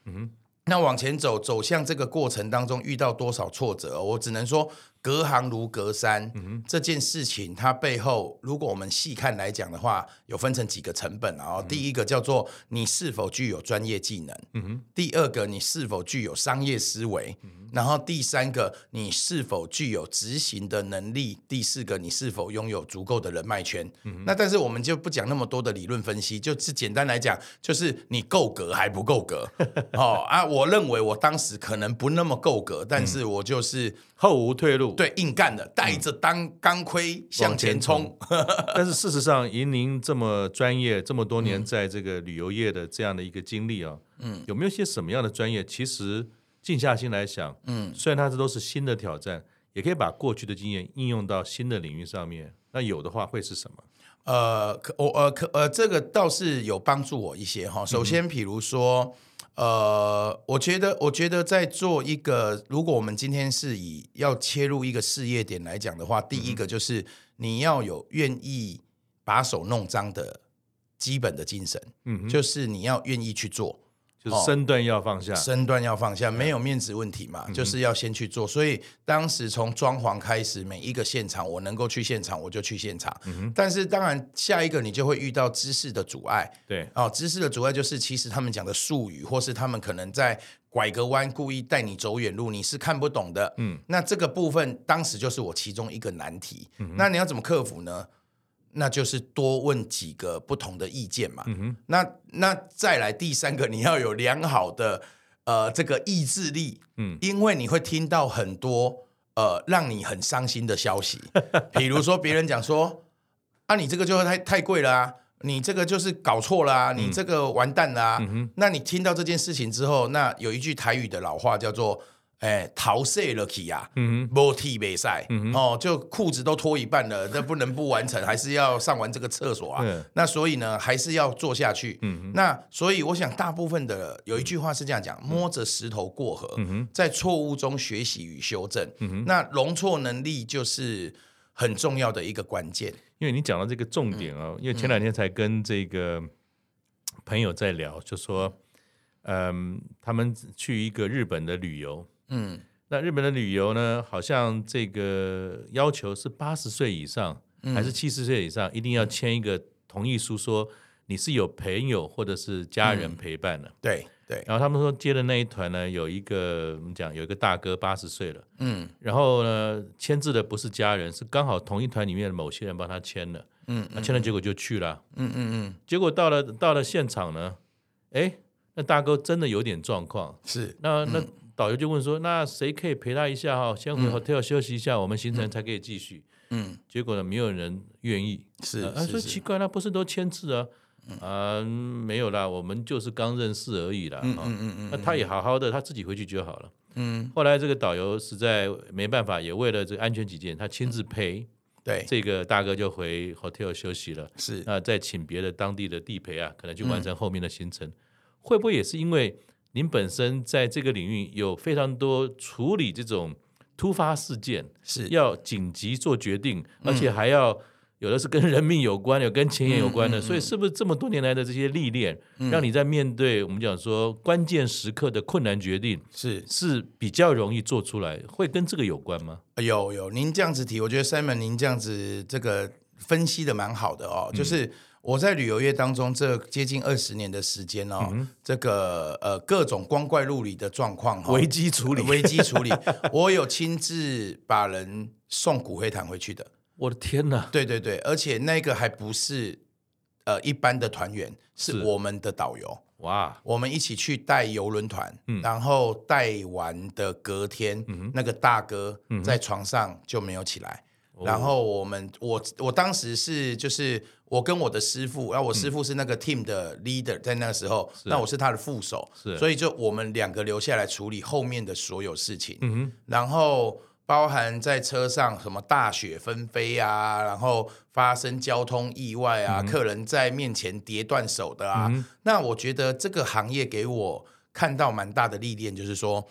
C: 那往前走，走向这个过程当中遇到多少挫折，我只能说隔行如隔山，这件事情它背后，如果我们细看来讲的话，有分成几个成本啊、哦。第一个叫做你是否具有专业技能，第二个你是否具有商业思维，然后第三个你是否具有执行的能力，第四个你是否拥有足够的人脉圈。那但是我们就不讲那么多的理论分析，就是简单来讲，就是你够格还不够 格哦啊！我认为我当时可能不那么够格，但是我就是。
B: 后无退路。，
C: 对，硬干的，带着当钢盔向前冲。
B: 但是事实上，以您这么专业、这么多年在这个旅游业的这样的一个经历啊，嗯，有没有些什么样的专业，其实静下心来想，嗯，虽然它这都是新的挑战，也可以把过去的经验应用到新的领域上面。那有的话会是什么？
C: 呃，可我呃可呃，这个倒是有帮助我一些哈。首先，比如说，呃，我觉得我觉得在做一个，如果我们今天是以要切入一个事业点来讲的话，第一个就是你要有愿意把手弄脏的基本的精神，
B: 嗯哼，
C: 就是你要愿意去做。
B: 就是身段要放下，
C: 身段要放下，没有面子问题嘛，就是要先去做。所以当时从装潢开始，每一个现场我能够去现场，我就去现场。但是当然，下一个你就会遇到知识的阻碍。
B: 对，
C: 哦，知识的阻碍就是其实他们讲的术语，或是他们可能在拐个弯，故意带你走远路，你是看不懂的。
B: 嗯
C: 嗯，那这个部分当时就是我其中一个难题。
B: 嗯
C: 那你要怎么克服呢？那就是多问几个不同的意见嘛。
B: 嗯哼，
C: 那那再来第三个，你要有良好的呃这个意志力，
B: 嗯
C: 嗯，因为你会听到很多呃让你很伤心的消息， 比如说别人讲说啊，你这个就太太贵了啊。你这个就是搞错了啊！你这个完蛋了啊！那你听到这件事情之后，那有一句台语的老话叫做“哎、桃色了去呀、啊”，
B: 嗯
C: 摸替比赛，哦，就裤子都脱一半了，那不能不完成，还是要上完这个厕所啊
B: 嗯。
C: 那所以呢，还是要做下去。那所以我想，大部分的有一句话是这样
B: 嗯
C: 讲：摸着石头过河，在错误中学习与修正。
B: 嗯
C: 那容错能力就是很重要的一个关键。
B: 因为你讲到这个重点啊、因为前两天才跟这个朋友在聊，就说，嗯，他们去一个日本的旅游，
C: 嗯
B: 那日本的旅游呢，好像这个要求是八十岁以上，还是七十岁以上，一定要签一个同意书，说你是有朋友或者是家人陪伴的。
C: 对对，
B: 然后他们说接的那一团呢，有一个我们讲有一个大哥八十岁了，
C: 嗯
B: 然后呢签字的不是家人，是刚好同一团里面的某些人帮他签的，
C: 嗯
B: 那签了结果就去了，
C: 嗯嗯嗯，
B: 结果到了到了现场呢，哎，那大哥真的有点状况，
C: 是
B: 那那导游就问说，那谁可以陪他一下哈、先回 hotel 休息一下，我们行程才可以继续。
C: 嗯
B: 结果呢，没有人愿意。
C: 是
B: 呃啊，说
C: 是嗯
B: 奇
C: 是，
B: 怪，那不是都签字啊？啊，没有啦，我们就是刚认识而已啦。啊
C: 嗯嗯嗯
B: 那他也好好的，他自己回去就好了。
C: 嗯，
B: 后来这个导游实在没办法，也为了这个安全起见，他亲自陪
C: 对
B: 这个大哥就回 hotel 休息了。
C: 是。
B: 那再请别的当地的地陪啊，可能去完成后面的行程。会不会也是因为您本身在这个领域有非常多处理这种突发事件，
C: 是
B: 要紧急做决定，而
C: 嗯
B: 且还要有的是跟人命有关，有跟钱也有关的，
C: 嗯
B: 所以是不是这么多年来的这些历练，让你在面对我们讲说关键时刻的困难决定？
C: 是
B: 是比较容易做出来，会跟这个有关吗？
C: 有有，您这样子提，我觉得 Simon 您这样子这个分析的蛮好的
B: 嗯
C: 哦。就是我在旅游业当中这接近二十年的时间哦，
B: 嗯
C: 这个呃各种光怪陆离的状况、哦，
B: 危机处理，
C: 危机处理， 我有亲自把人送骨灰坛回去的。
B: 我的天哪！
C: 对对对，而且那个还不是呃一般的团员，
B: 是
C: 是我们的导游。
B: 哇，
C: 我们一起去带游轮团，
B: 嗯
C: 然后带完的隔天，那个大哥
B: 嗯
C: 在床上就没有起来。
B: 哦
C: 然后我们，我我当时是就是我跟我的师傅，然后我师傅是那个 team 的 leader，在那时候，那我是他的副手，
B: 是
C: 所以就我们两个留下来处理后面的所有事情。
B: 嗯哼，
C: 然后包含在车上什么大雪纷飞啊，然后发生交通意外
B: 嗯
C: 啊，客人在面前跌断手的啊。那我觉得这个行业给我看到蛮大的历练，就是说，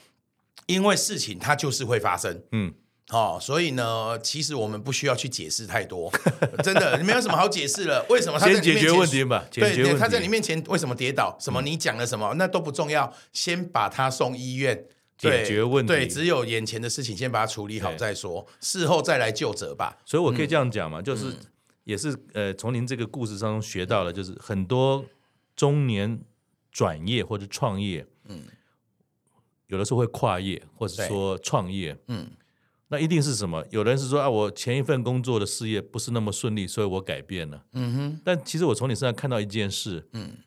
C: 因为事情它就是会发生，
B: 嗯，
C: 哦，所以呢，其实我们不需要去解释太多， 真的没有什么好解释了。为什么他在
B: 先
C: 你面前
B: 解决问题吧，解
C: 对
B: 决问
C: 对，
B: 题。嗯
C: 他在你面前为什么跌倒，什么你讲了什么，那都不重要，先把他送医院。
B: 解决问题。
C: 对，只有眼前的事情先把它处理好
B: 对
C: 再说，事后再来就责吧。
B: 所以我可以这样
C: 嗯
B: 讲嘛，就是也是呃，从您这个故事当中学到了，就是很多中年转业或者创业，嗯，有的时候会跨业，或者
C: 对
B: 说创业，
C: 嗯，
B: 那一定是什么？有的人是说啊，我前一份工作的事业不是那么顺利，所以我改变了。
C: 嗯哼，
B: 但其实我从你身上看到一件事，
C: 嗯，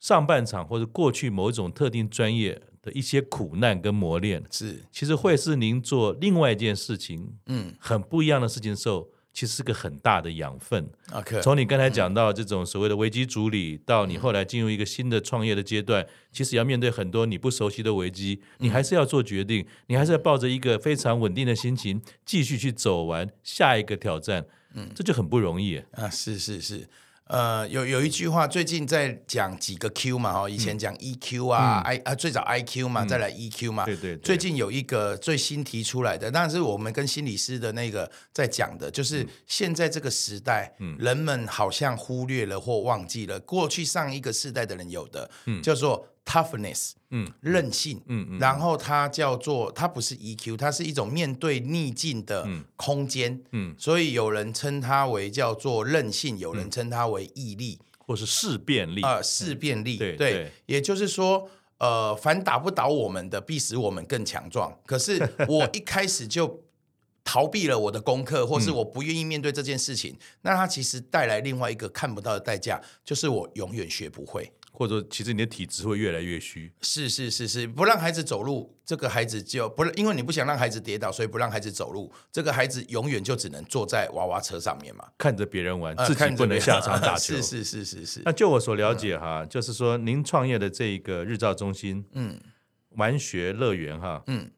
B: 上半场或者过去某一种特定专业的一些苦难跟磨练，
C: 是，
B: 其实会是您做另外一件事情
C: 嗯，
B: 很不一样的事情的时候，其实是个很大的养分。
C: 阿克，
B: 从你刚才讲到这种所谓的危机处理，
C: 嗯
B: 到你后来进入一个新的创业的阶段，其实要面对很多你不熟悉的危机，
C: 嗯
B: 你还是要做决定，你还是要抱着一个非常稳定的心情，继续去走完下一个挑战。嗯，这就很不容易。
C: 啊，是是是，呃，有有一句话，最近在讲几个 Q 嘛，哦哈，以前讲 EQ 啊、i 啊，最早 IQ 嘛，再来 EQ 嘛，
B: 嗯对对对
C: 啊最近有一个最新提出来的，但是我们跟心理师的那个在讲的，
B: 嗯
C: 就是现在这个时代，人们好像忽略了或忘记了过去上一个世代的人有的，叫做 toughness，
B: 嗯
C: 嗯，韧性，
B: 嗯
C: 嗯嗯，然后它叫做它不是 EQ，它是一种面对逆境的空间，
B: 嗯
C: 嗯，所以有人称它为叫做韧性，有
B: 嗯
C: 人称它为毅力。
B: 或是事变力，
C: 呃事变力，
B: 对对
C: 也就是说，呃，凡打不倒我们的，必使我们更强壮。可是 我一开始就逃避了我的功课，或是
B: 嗯
C: 我不愿意面对这件事情，那它其实带来另外一个看不到的代价，就是我永远学不会。
B: 或者其实你的体质会越来越虚。
C: 是是是是，不让孩子走路，这个孩子就不，因为你不想让孩子跌倒，所以不让孩子走路，这个孩子永远就只能坐在娃娃车上面嘛，
B: 看着别人玩，
C: 呃
B: 自己
C: 看着
B: 不能
C: 别人
B: 下 场打球。
C: 是是是是是
B: 那，就我所了解哈，就是说您创业的这一个日照中心
C: 嗯
B: 玩学乐园哈，
C: 嗯，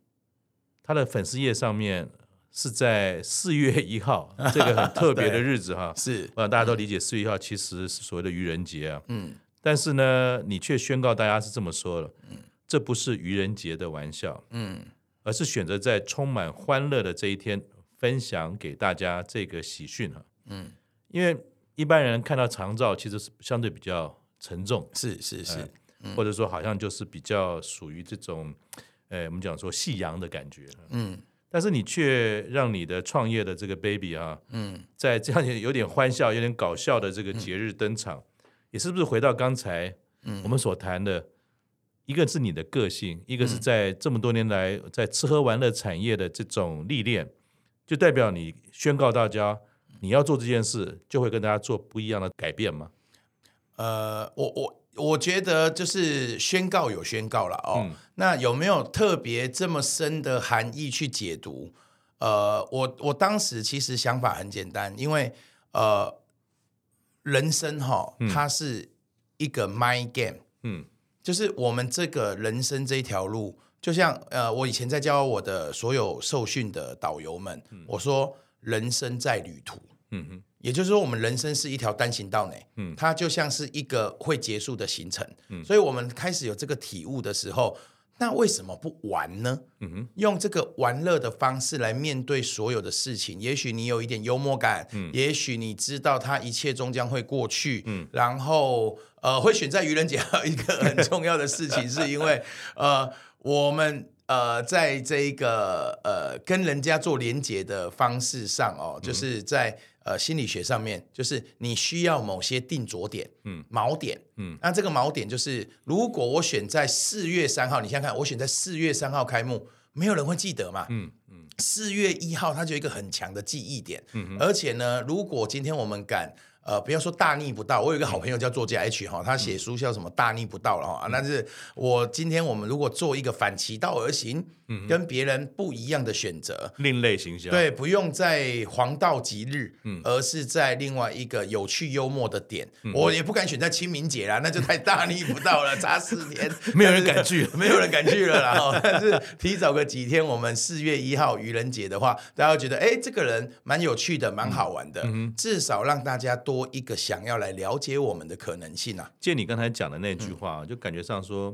B: 它的粉丝页上面是在四月一号这个很 特别的日子哈。
C: 是
B: 我想呃大家都理解四月一号其实是所谓的愚人节啊，
C: 嗯
B: 但是呢，你却宣告大家是这么说了，这不是愚人节的玩笑，
C: 嗯，
B: 而是选择在充满欢乐的这一天分享给大家这个喜讯哈。嗯，因为一般人看到长照其实是相对比较沉重，
C: 是是
B: 呃
C: 是，
B: 或者说好像就是比较属于这种，呃，我们讲说夕阳的感觉。
C: 嗯。
B: 但是你却让你的创业的这个 baby 啊，嗯，在这样有点欢笑、有点搞笑的这个节日登场，
C: 嗯
B: 也是不是回到刚才我们所谈的，一个是你的个性，一
C: 嗯
B: 个是在这么多年来在吃喝玩乐产业的这种历练，就代表你宣告大家你要做这件事，就会跟大家做不一样的改变吗？
C: 呃，我我我觉得就是宣告有宣告了哦。那有没有特别这么深的含义去解读？呃，我我当时其实想法很简单，因为呃，人生哈、它是一个 my game，
B: 嗯
C: 就是我们这个人生这一条路，就像呃，我以前在教我的所有受训的导游们，我说人生在旅途，
B: 嗯嗯
C: 也就是说，我们人生是一条单行道呢，
B: 嗯
C: 嗯，它就像是一个会结束的行程，所以我们开始有这个体悟的时候，那为什么不玩呢？
B: 嗯哼
C: 用这个玩乐的方式来面对所有的事情，也许你有一点幽默感，也许你知道它一切终将会过去，然后呃，会选在愚人节还有一个很重要的事情，是因为呃，我们呃，在这一个呃跟人家做连接的方式上哦，就是在呃心理学上面，就是你需要某些定着点，
B: 嗯
C: 嗯，锚点，
B: 嗯
C: 嗯，那这个锚点就是，如果我选在四月三号，你想想看，我选在四月三号开幕，没有人会记得嘛，
B: 嗯嗯
C: 四月一号，它就有一个很强的记忆点。而且呢，如果今天我们敢。呃，不要说大逆不道。我有一个好朋友叫作家 H 哈，他
B: 嗯
C: 写书叫什么“大逆不道”了哈。啊但是我今天我们如果做一个反其道而行，
B: 嗯
C: 跟别人不一样的选择，
B: 另类行销，
C: 对，不用在黄道吉日，
B: 嗯
C: 而是在另外一个有趣幽默的点。我也不敢选在清明节啦，那就太大逆不道了， 差四天，
B: 没有人敢去
C: 没有人敢去了啦。哦 但是提早个几天，我们四月一号愚人节的话，大家会觉得，哎，这个人蛮有趣的，蛮好玩的，
B: 嗯
C: 至少让大家多一个想要来了解我们的可能性啊。
B: 借你刚才讲的那
C: 嗯
B: 句话，就感觉上说，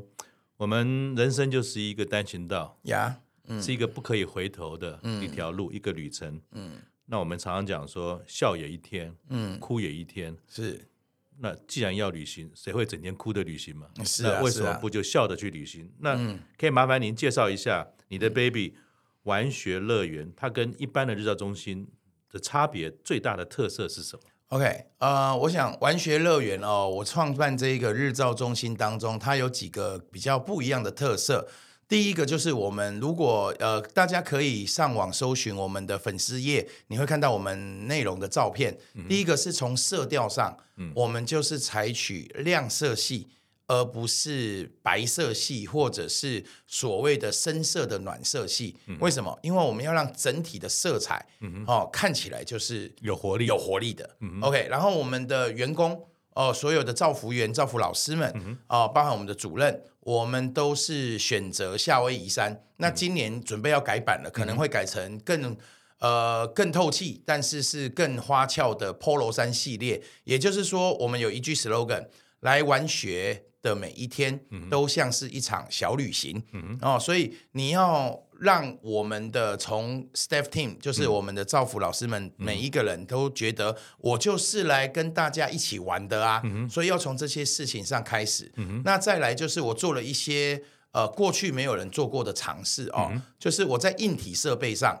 B: 我们人生就是一个单行道，
C: 呀，
B: 是一个不可以回头的一条路，一个旅
C: 嗯
B: 程。嗯，那我们常常讲说，笑也一天，嗯，哭也一天。
C: 是
B: 那既然要旅行，谁会整天哭的旅行嘛？
C: 是啊
B: 那为什
C: 是
B: 么
C: 啊嗯
B: 不就笑着去旅行？那可以麻烦您介绍一下你的 Baby 玩学乐园，它跟一般的日照中心的差别最大的特色是什么？
C: OK，呃，我想玩学乐园哦，我创办这一个日照中心当中，它有几个比较不一样的特色。第一个就是我们如果呃，大家可以上网搜寻我们的粉丝页，你会看到我们内容的照片。第一个是从色调上，我们就是采取亮色系，而不是白色系或者是所谓的深色的暖色系。
B: 嗯
C: 为什么？因为我们要让整体的色彩、哦看起来就是
B: 有活力嗯
C: 有活力的。OK，然后我们的员工哦、呃所有的造福员、造福老师们
B: 嗯
C: 哦、包含我们的主任，我们都是选择夏威夷山。
B: 嗯
C: 那今年准备要改版了，可能会改成更。呃，更透气，但是是更花俏的 Polo 衫系列。也就是说，我们有一句 slogan：来玩学的每一天都像是一场小旅行。哦，所以你要让我们的从 staff team，就是我们的造福老师们，每一个人都觉得我就是来跟大家一起玩的啊，所以要从这些事情上开始。那再来就是我做了一些呃过去没有人做过的尝试哦，就是我在硬体设备上，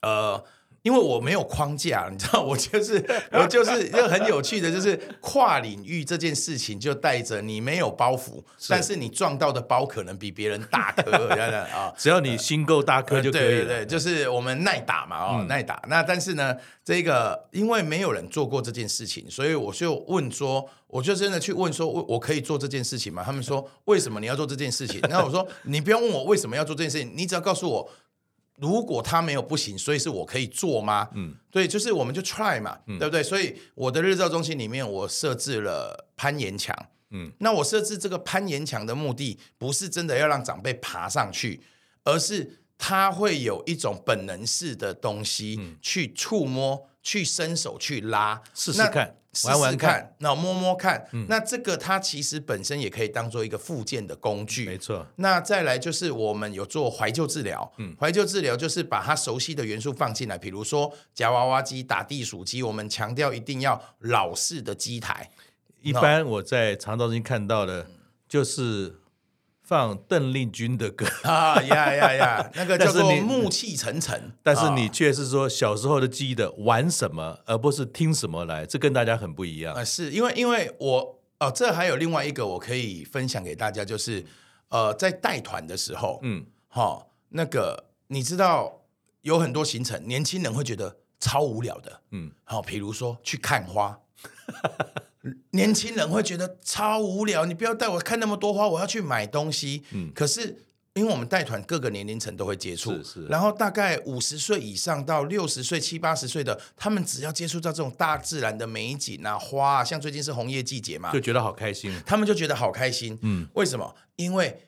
C: 呃，因为我没有框架，你知道，我就是我就是就很有趣的，就是跨领域这件事情，就带着你没有包袱，但是你撞到的包可能比别人大颗，这样的啊。
B: 只要你心够大颗就可以
C: 呃对对
B: 了。嗯
C: 对，就是我们耐打嘛，哦，耐打。那但是呢，这个因为没有人做过这件事情，所以我就问说，我就真的去问说，我我可以做这件事情吗？他们说为什么你要做这件事情？ 那我说你不要问我为什么要做这件事情，你只要告诉我。如果他没有不行，所以是我可以做吗？嗯，对，就是我们就 try 嘛，
B: 嗯
C: 对不对？所以我的日照中心里面，我设置了攀岩墙。嗯，那我设置这个攀岩墙的目的，不是真的要让长辈爬上去，而是他会有一种本能式的东西、去触摸、去伸手、去拉，
B: 嗯试试
C: 那
B: 看
C: 试
B: 玩
C: 试
B: 玩看嗯
C: 看，那摸摸看。那这个它其实本身也可以当做一个附件的工具，
B: 没错，
C: 那再来就是我们有做怀旧治疗，
B: 嗯
C: 怀旧治疗就是把他熟悉的元素放进来，比如说夹娃娃机、打地鼠机，我们强调一定要老式的机台，
B: 一般我在长照中心看到
C: 嗯
B: 的，就是放邓丽君的歌，
C: 啊呀呀 呀，那个叫做
B: 但是你
C: 暮气沉沉。
B: 但是
C: 啊
B: 你却是说小时候的记忆的玩什么，而不是听什么来，这跟大家很不一样。
C: 呃，是因为因为我哦，这还有另外一个我可以分享给大家，就是呃，在带团的时候，
B: 嗯，
C: 好、那个你知道有很多行程，年轻人会觉得超无聊的，
B: 嗯
C: 嗯，好、比如说去看花。 年轻人会觉得超无聊，你不要带我看那么多花，我要去买东西。嗯，可是因为我们带团各个年龄层都会接触，
B: 是是
C: 然后大概五十岁以上到六十岁、七八十岁的，他们只要接触到这种大自然的美景啊、花啊，像最近是红叶季节嘛，
B: 就觉得好开心。
C: 他们就觉得好开心。嗯，为什么？因为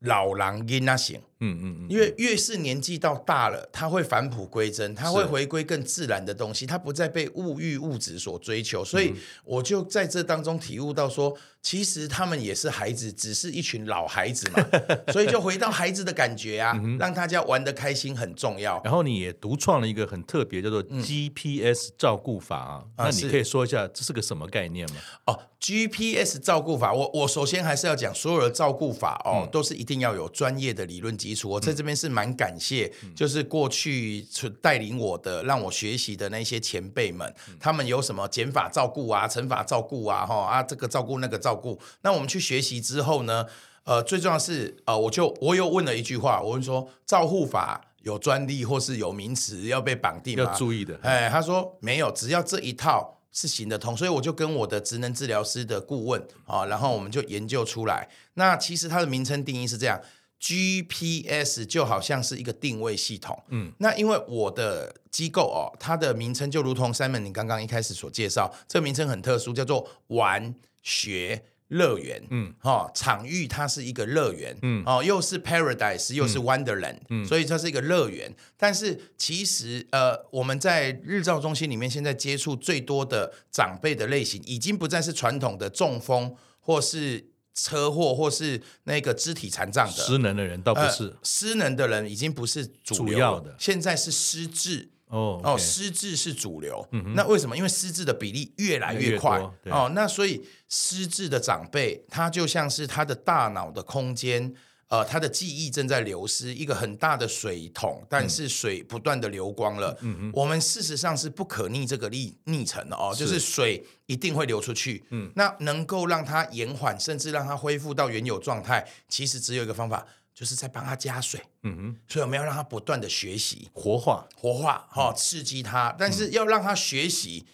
C: 老狼因那行，
B: 嗯嗯嗯，
C: 因为越是年纪到大了，他会返璞归真，他会回归更自然的东西，他不再被物欲物质所追求。所
B: 嗯
C: 以我就在这当中体悟到说，其实他们也是孩子，只是一群老孩子 嘛，所以就回到孩子的感觉
B: 嗯
C: 啊，让大家玩得开心很重要。
B: 然后你也独创了一个很特别，叫做 GPS 照顾法啊。
C: 嗯啊
B: 那你
C: 是
B: 可以说一下这是个什么概念吗？
C: 哦，GPS 照顾法，我我首先还是要讲，所有的照顾法哦，
B: 嗯
C: 都是一定要有专业的理论基础。我在这边是蛮感谢，
B: 嗯
C: 就是过去存带领我的、让我学习的那些前辈们，
B: 嗯
C: 他们有什么减法照顾啊、乘法照顾啊、哈、啊这个照顾那个照顾，那我们去学习之后呢，呃，最重要的是呃，我就我又问了一句话，我问说，照护法有专利或是有名词要被绑定吗？
B: 要注意的。
C: 哎，他说没有，只要这一套是行得通，所以我就跟我的职能治疗师的顾问啊、然后我们就研究出来。那其实它的名称定义是这样，GPS 就好像是一个定位系统。嗯，那因为我的机构哦，它的名称就如同 Simon 你刚刚一开始所介绍，这个名称很特殊，叫做玩学。乐园，嗯，哦，场域它是一个乐园，嗯，哦，又是 paradise，又是 wonderland，嗯，所以它是一个乐园。但是其实，呃，我们在日照中心里面现在接触最多的长辈的类型，已经不再是传统的中风或是车祸或是那个肢体残障的，哎
B: 失能的人倒不是
C: 呃，失能的人已经不是主流
B: 主要的
C: 现在是失智。
B: 哦
C: 哦，
B: OK
C: 失智是主流。那为什么？因为失智的比例越来
B: 越
C: 越快
B: 多对
C: 哦，那所以失智的长辈，他就像是他的大脑的空间。呃，他的记忆正在流失，一个很大的水桶，但是水不断的流光了。我们事实上是不可逆这个逆逆程的哦，就是水一定会流出去。嗯，那能够让它延缓，甚至让它恢复到原有状态，其实只有一个方法，就是在帮它加水。
B: 嗯哼，
C: 所以我们要让它不断的学习。
B: 活化
C: 活化，哈、刺激他，但是要让他学习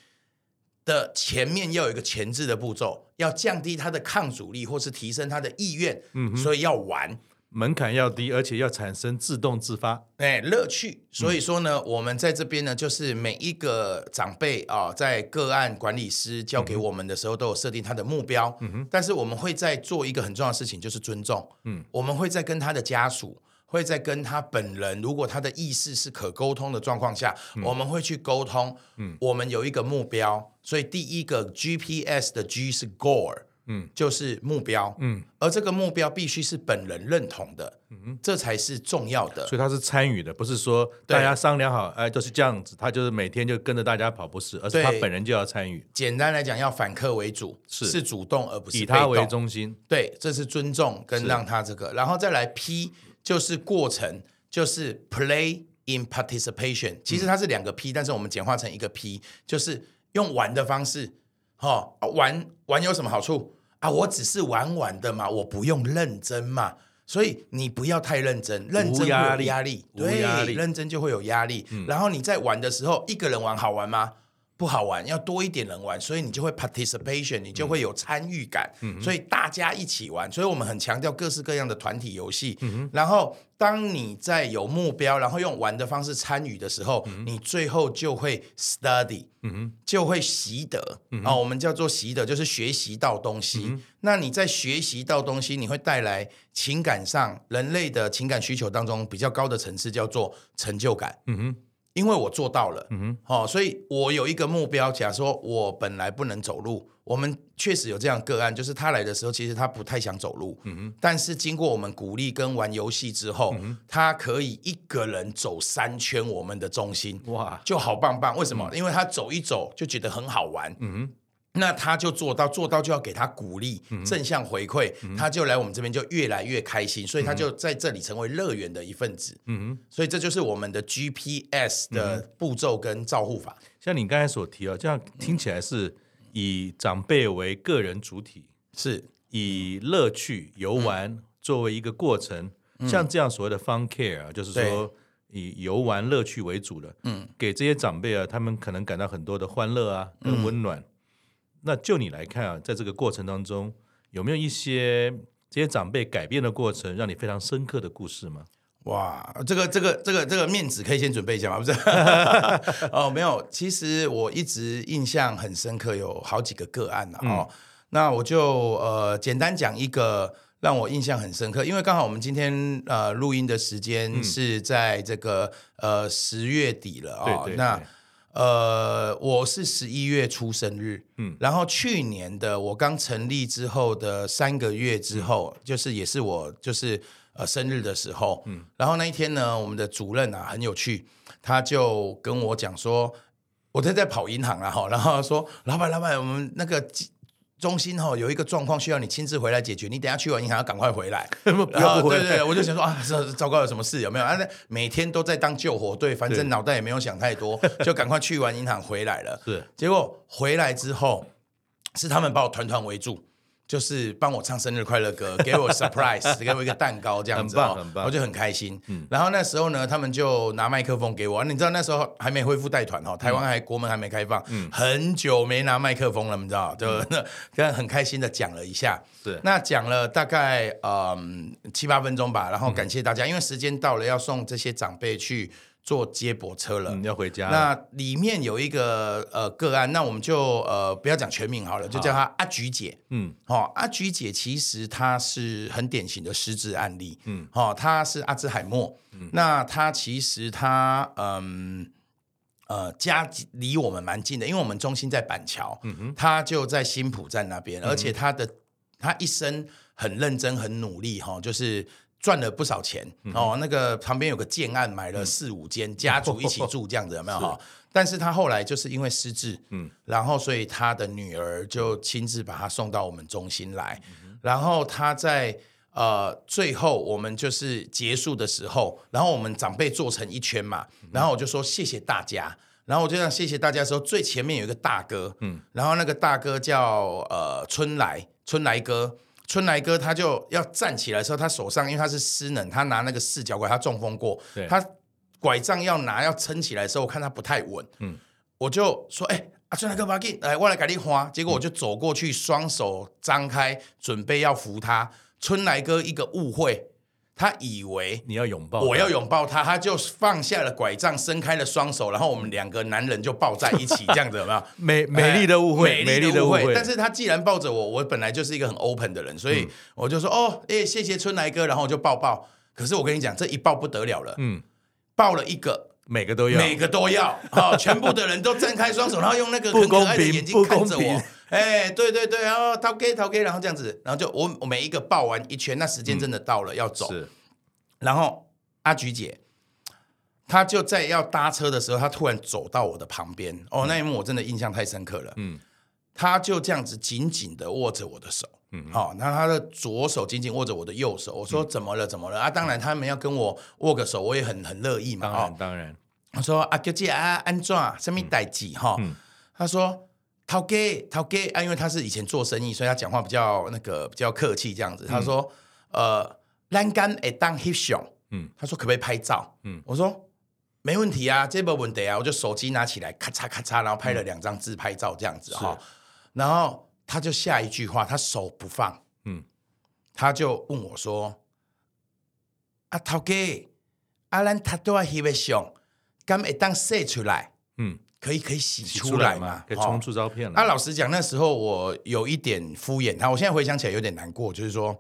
C: 的前面要有一个前置的步骤，要降低他的抗阻力，或是提升他的意愿，嗯，所以要玩，
B: 门槛要低，而且要产生自动自发。
C: 哎，乐趣。所以说呢，我们在这边呢，就是每一个长辈啊、在个案管理师交给我们的时候，都有设定他的目标。嗯哼。但是我们会在做一个很重要的事情，就是尊重。嗯。我们会在跟他的家属，会在跟他本人，如果他的意识是可沟通的状况下，我们会去沟通。嗯。我们有一个目标，所以第一个 GPS 的 G 是 goal。嗯，就是目标，嗯，而这个目标必须是本人认同的，嗯，这才是重要的。
B: 所以他是参与的，不是说
C: 对
B: 大家商量好，哎，就是这样子，他就是每天就跟着大家跑，不是，而是
C: 对
B: 他本人就要参与，
C: 简单来讲，要反客为主，
B: 是
C: 主动而不是
B: 以
C: 被
B: 他
C: 动。
B: 为中心。
C: 对，这是尊重跟让他这个，然后再来 P 就是过程，就是 play in participation。其实它是两个 P，、但是我们简化成一个 P，就是用玩的方式。哦，啊玩玩有什么好处啊？我只是玩玩的嘛，我不用认真嘛。所以你不要太认真，认真会有
B: 压
C: 压
B: 力
C: 力，
B: 无
C: 对，
B: 压力嗯
C: 认真就会有压力。然后你在玩的时候，一个人玩好玩吗？不好玩，要多一点人玩，所以你就会 participation，你
B: 嗯
C: 就会有参与感，所以大家一起玩，所以我们很强调各式各样的团体游戏。
B: 嗯
C: 然后，当你在有目标，然后用玩的方式参与的时候，
B: 嗯
C: 你最后就会 study，、就会习得。哦，我们叫做习得，就是学习到东西。那你在学习到东西，你会带来情感上人类的情感需求当中比较高的层次，叫做成就感。
B: 嗯哼，
C: 因为我做到了，嗯哦，所以我有一个目标。假如说我本来不能走路，我们确实有这样个案，就是他来的时候，其实他不太想走路，嗯但是经过我们鼓励跟玩游戏之后，他可以一个人走三圈我们的中心，
B: 哇，
C: 就好棒棒。为什么？因为他走一走就觉得很好玩，
B: 嗯
C: 那他就做到，做到就要给他鼓励，正向回馈，
B: 嗯
C: 他就来我们这边就越来越开心，所以他就在这里成为乐园的一份子。
B: 嗯
C: 所以这就是我们的 GPS 的步骤跟照护法。
B: 哼，像你刚才所提啊，这样听起来是以长辈为个人主体，
C: 是
B: 以乐趣游玩作为一个过程，像这样所谓的 fun care 啊，就是
C: 对
B: 说以游玩乐趣为主的，嗯，给这些长辈啊，他们可能感到很多的欢乐啊，跟温暖。那就你来看啊，在这个过程当中，有没有一些这些长辈改变的过程，让你非常深刻的故事吗？
C: 哇，这个这个这个这个面子可以先准备一下吗？不是 哦，没有。其实我一直印象很深刻，有好几个个案啊。
B: 嗯
C: 哦，那我就呃简单讲一个让我印象很深刻，因为刚好我们今天呃录音的时
B: 嗯
C: 间是在这个、呃十月底了哦。
B: 对对
C: 那
B: 对
C: 呃，我是十一月出生日，嗯，然后去年的我刚成立之后的三个月之
B: 嗯
C: 后，就是也是我就是呃生日的时候，嗯，然后那一天呢，我们的主任啊很有趣，他就跟我讲说，我正在跑银行啊，哈，然后他说老板老板，我们那个中心哈、有一个状况需要你亲自回来解决，你等一下去完银行要赶快回来，
B: 不要不回
C: 对对对，我就想说啊，这糟糕，有什么事有没有？啊，那每天都在当救火队，反
B: 对
C: 正脑袋也没有想太 多，就赶快去完银行回来了。
B: 是
C: 结果回来之后，是他们把我团团围住。就是帮我唱生日快乐 歌，给我 surprise，给我一个蛋糕这样子、
B: 很
C: 哦，
B: 棒很棒嗯
C: 我就很开心。然后那时候呢，他们就拿麦克风给我，啊你知道那时候还没恢复带团哦，台
B: 嗯
C: 湾还、国门还没开放，很久没拿麦克风了，你知道，就、
B: 嗯
C: 那 跟很开心的讲了一下。
B: 是
C: 那讲了大概嗯七八分钟吧，然后
B: 嗯
C: 感谢大家，因为时间到了，要送这些长辈去坐接驳车了。
B: 嗯，要回家了，
C: 那里面有一个呃个案，那我们就呃不要讲全名好了，就叫她阿菊姐。
B: 嗯，
C: 哦，阿菊姐其实她是很典型的失智案例。
B: 嗯
C: 嗯，哦，她是阿兹海默。那她其实她嗯。呃，家离我们蛮近的，因为我们中心在板桥，
B: 嗯
C: 她就在新嗯浦站那边，而且她的她一生很认真、很努力哈、哦，就是赚了不少钱、哦。那个旁边有个建案，买了四五间，家族一起住这样子，有没有哈？但嗯 是他后来就是因为失智，嗯，然后所以他的女儿就亲自把他送到我们中心来，然后他在。呃，最后我们就是结束的时候，然后我们长辈坐成一圈嘛，然后我就说谢谢大家，然后我就让谢谢大家的时候，最前面有一个大哥，嗯，然后那个大哥叫呃春来，春来哥，春来哥他就要站起来的时候，他手上因为他是失能，他拿那个四脚拐，他中风过
B: 对，
C: 他拐杖要拿要撑起来的时候，我看他不太稳，
B: 嗯
C: 嗯，我就说哎。啊，春来哥，把劲，来，我来给你花。结果我就走过去，双手张开，准备要扶他。春来哥一个误会，他以为
B: 你要拥抱他，
C: 我要拥抱他，他就放下了拐杖，伸开了双手，然后我们两个男人就抱在一起，这样子有没有？
B: 美美丽的误会，
C: 哎
B: 美
C: 美
B: 丽
C: 的
B: 的误会，
C: 但是他既然抱着我，我本来就是一个很 open 的人，所
B: 嗯
C: 以我就说、哦，哎、谢谢春来哥，然后我就抱抱。可是我跟你讲，这一抱不得了了，
B: 嗯，
C: 抱了一个。
B: 每个都要，
C: 每个都 要，好、全部的人都张开双手，然后用那个
B: 不
C: 很
B: 公平
C: 可爱的眼睛
B: 不公
C: 看着
B: 平
C: 我，哎，对对对，然后掏给掏给，然后这样子，然后就我我每一个抱完一圈，那时间真的到了、要走，
B: 是
C: 然后阿菊姐，她就在要搭车的时候，她突然走到我的旁边。哦，那一幕我真的印象太深刻了。
B: 嗯
C: 嗯，她就这样子紧紧的握着我的手。嗯，好、那她的左手紧紧握着我的右手。我
B: 嗯
C: 说怎么了？怎么了？啊，当然他们要跟我握个手，我也很很乐意嘛。
B: 当
C: 哦
B: 然，当然，
C: 我说阿菊姐啊，安怎什么代志哈
B: 嗯？
C: 他说。陶给陶给啊，因为他是以前做生意，所以他讲话比较那个比较客气这样子。他说：“呃，栏杆会当翕相，
B: 嗯
C: 嗯，他说可不可以拍照？
B: 嗯
C: 嗯，我说没问题啊，这没问题啊，我就手机拿起来，咔嚓咔嚓，然后拍
B: 嗯
C: 了两张自拍照这样子哈、然后他就下一句话，他手不放，
B: 嗯
C: 嗯，他就问我说：“啊，头哥，啊，咱他都要翕的相，敢会当洗出来？
B: 嗯，
C: 可以可以洗
B: 洗
C: 出来
B: 嘛
C: 嘛？
B: 可以
C: 哦
B: 冲出照片了。
C: 啊，老实讲，那时候我有一点敷衍他，我现在回想起来有点难过，就是说，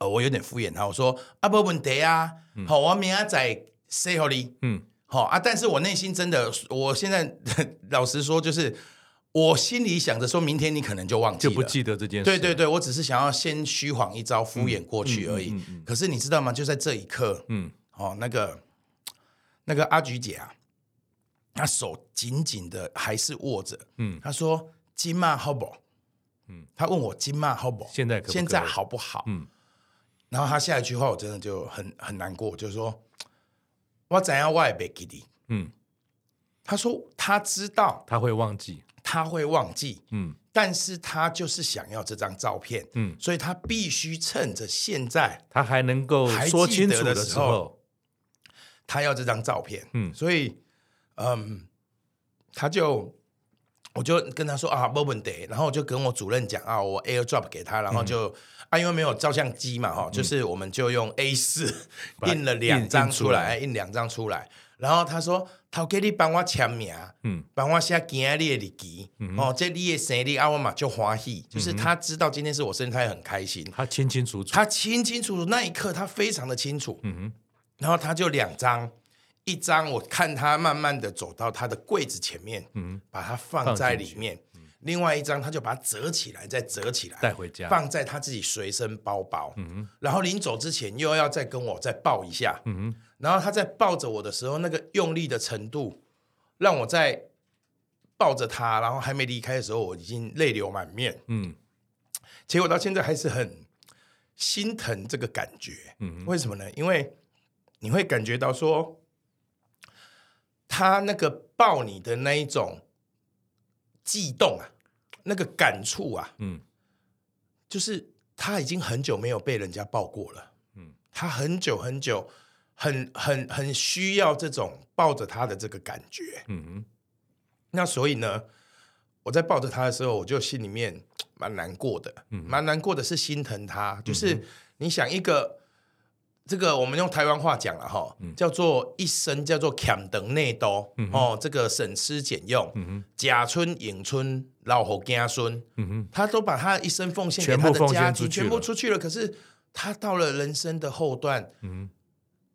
C: 呃，我有点敷衍他，我说啊，没问题啊，好、我明仔载 say 给你，
B: 嗯，
C: 好、啊，但是我内心真的，我现在 老实说，就是我心里想着说明天你可能就忘记
B: 就
C: 了，
B: 不记得这件事，
C: 对对对，我只是想要先虚晃一招，敷衍过去而已。可是你知道吗？就在这一刻，
B: 嗯
C: 哦，那个那个阿菊姐啊，她手紧紧的还是握着，
B: 嗯
C: 嗯，她说金嘛好不？嗯，她问我金嘛好不？
B: 现在可不可以
C: 现在好不好？
B: 嗯
C: 嗯，然后她下一句话我真的就很很难过，就说我怎样我也别给你。
B: 嗯，
C: 她说她知道
B: 他会忘记，
C: 她会忘记，
B: 嗯
C: 但是他就是想要这张照片，
B: 嗯
C: 嗯，所以他必须趁着现在
B: 他还能够
C: 还
B: 说
C: 记
B: 清
C: 得
B: 楚
C: 的
B: 时
C: 时候
B: 候，
C: 他要这张照片，
B: 嗯
C: 嗯，所以，嗯，他就我就跟他说啊，没问题，然后我就跟我主任讲啊，我 AirDrop 给他，然后
B: 嗯
C: 就、啊，因为没有照相机嘛，哈，就是我们就用 A 四
B: 把它
C: 印了两张
B: 印
C: 出来，印两张出来，然后他说，陶给你帮我签名，
B: 嗯
C: 帮我写今日的日期，哦，这你的生日啊，我嘛就欢喜，
B: 嗯
C: 就是他知道今天是我生日，他也很开心，
B: 他清清楚楚，嗯
C: 他清清楚楚那一刻，他非常的清楚。然后他就两张，一张我看他慢慢的走到他的柜子前面，
B: 嗯
C: 把它放在里面；另外一张他就把它折起来，再折起来
B: 带嗯回家
C: 放在他自己随身包包。然后临走之前又要再跟我再抱一下。
B: 嗯
C: 然后他在抱着我的时候，那个用力的程度，让我在抱着他，然后还没离开的时候，我已经泪流满面。
B: 嗯
C: 结果到现在还是很心疼这个感觉。
B: 嗯
C: 为什么呢？因为你会感觉到说，他那个抱你的那一种悸动啊，那个感触啊，
B: 嗯
C: 就是他已经很久没有被人家抱过了。
B: 嗯
C: 嗯，他很久很久。很很很需要这种抱着他的这个感觉，
B: 嗯哼
C: 那所以呢，我在抱着他的时候，我就心里面蛮难过的，
B: 嗯
C: 蛮难过的是心疼他，就是你想一个。这个我们用台湾话讲了哈，
B: 嗯
C: 叫做一生叫做俭等内兜哦，这个省吃俭用，甲春迎春老后家孙，
B: 嗯哼，
C: 他都把他一生奉献给
B: 全部
C: 他的
B: 奉献
C: 家
B: 出
C: 庭，
B: 去
C: 全部
B: 了
C: 出去了。可是他到了人生的后段，
B: 嗯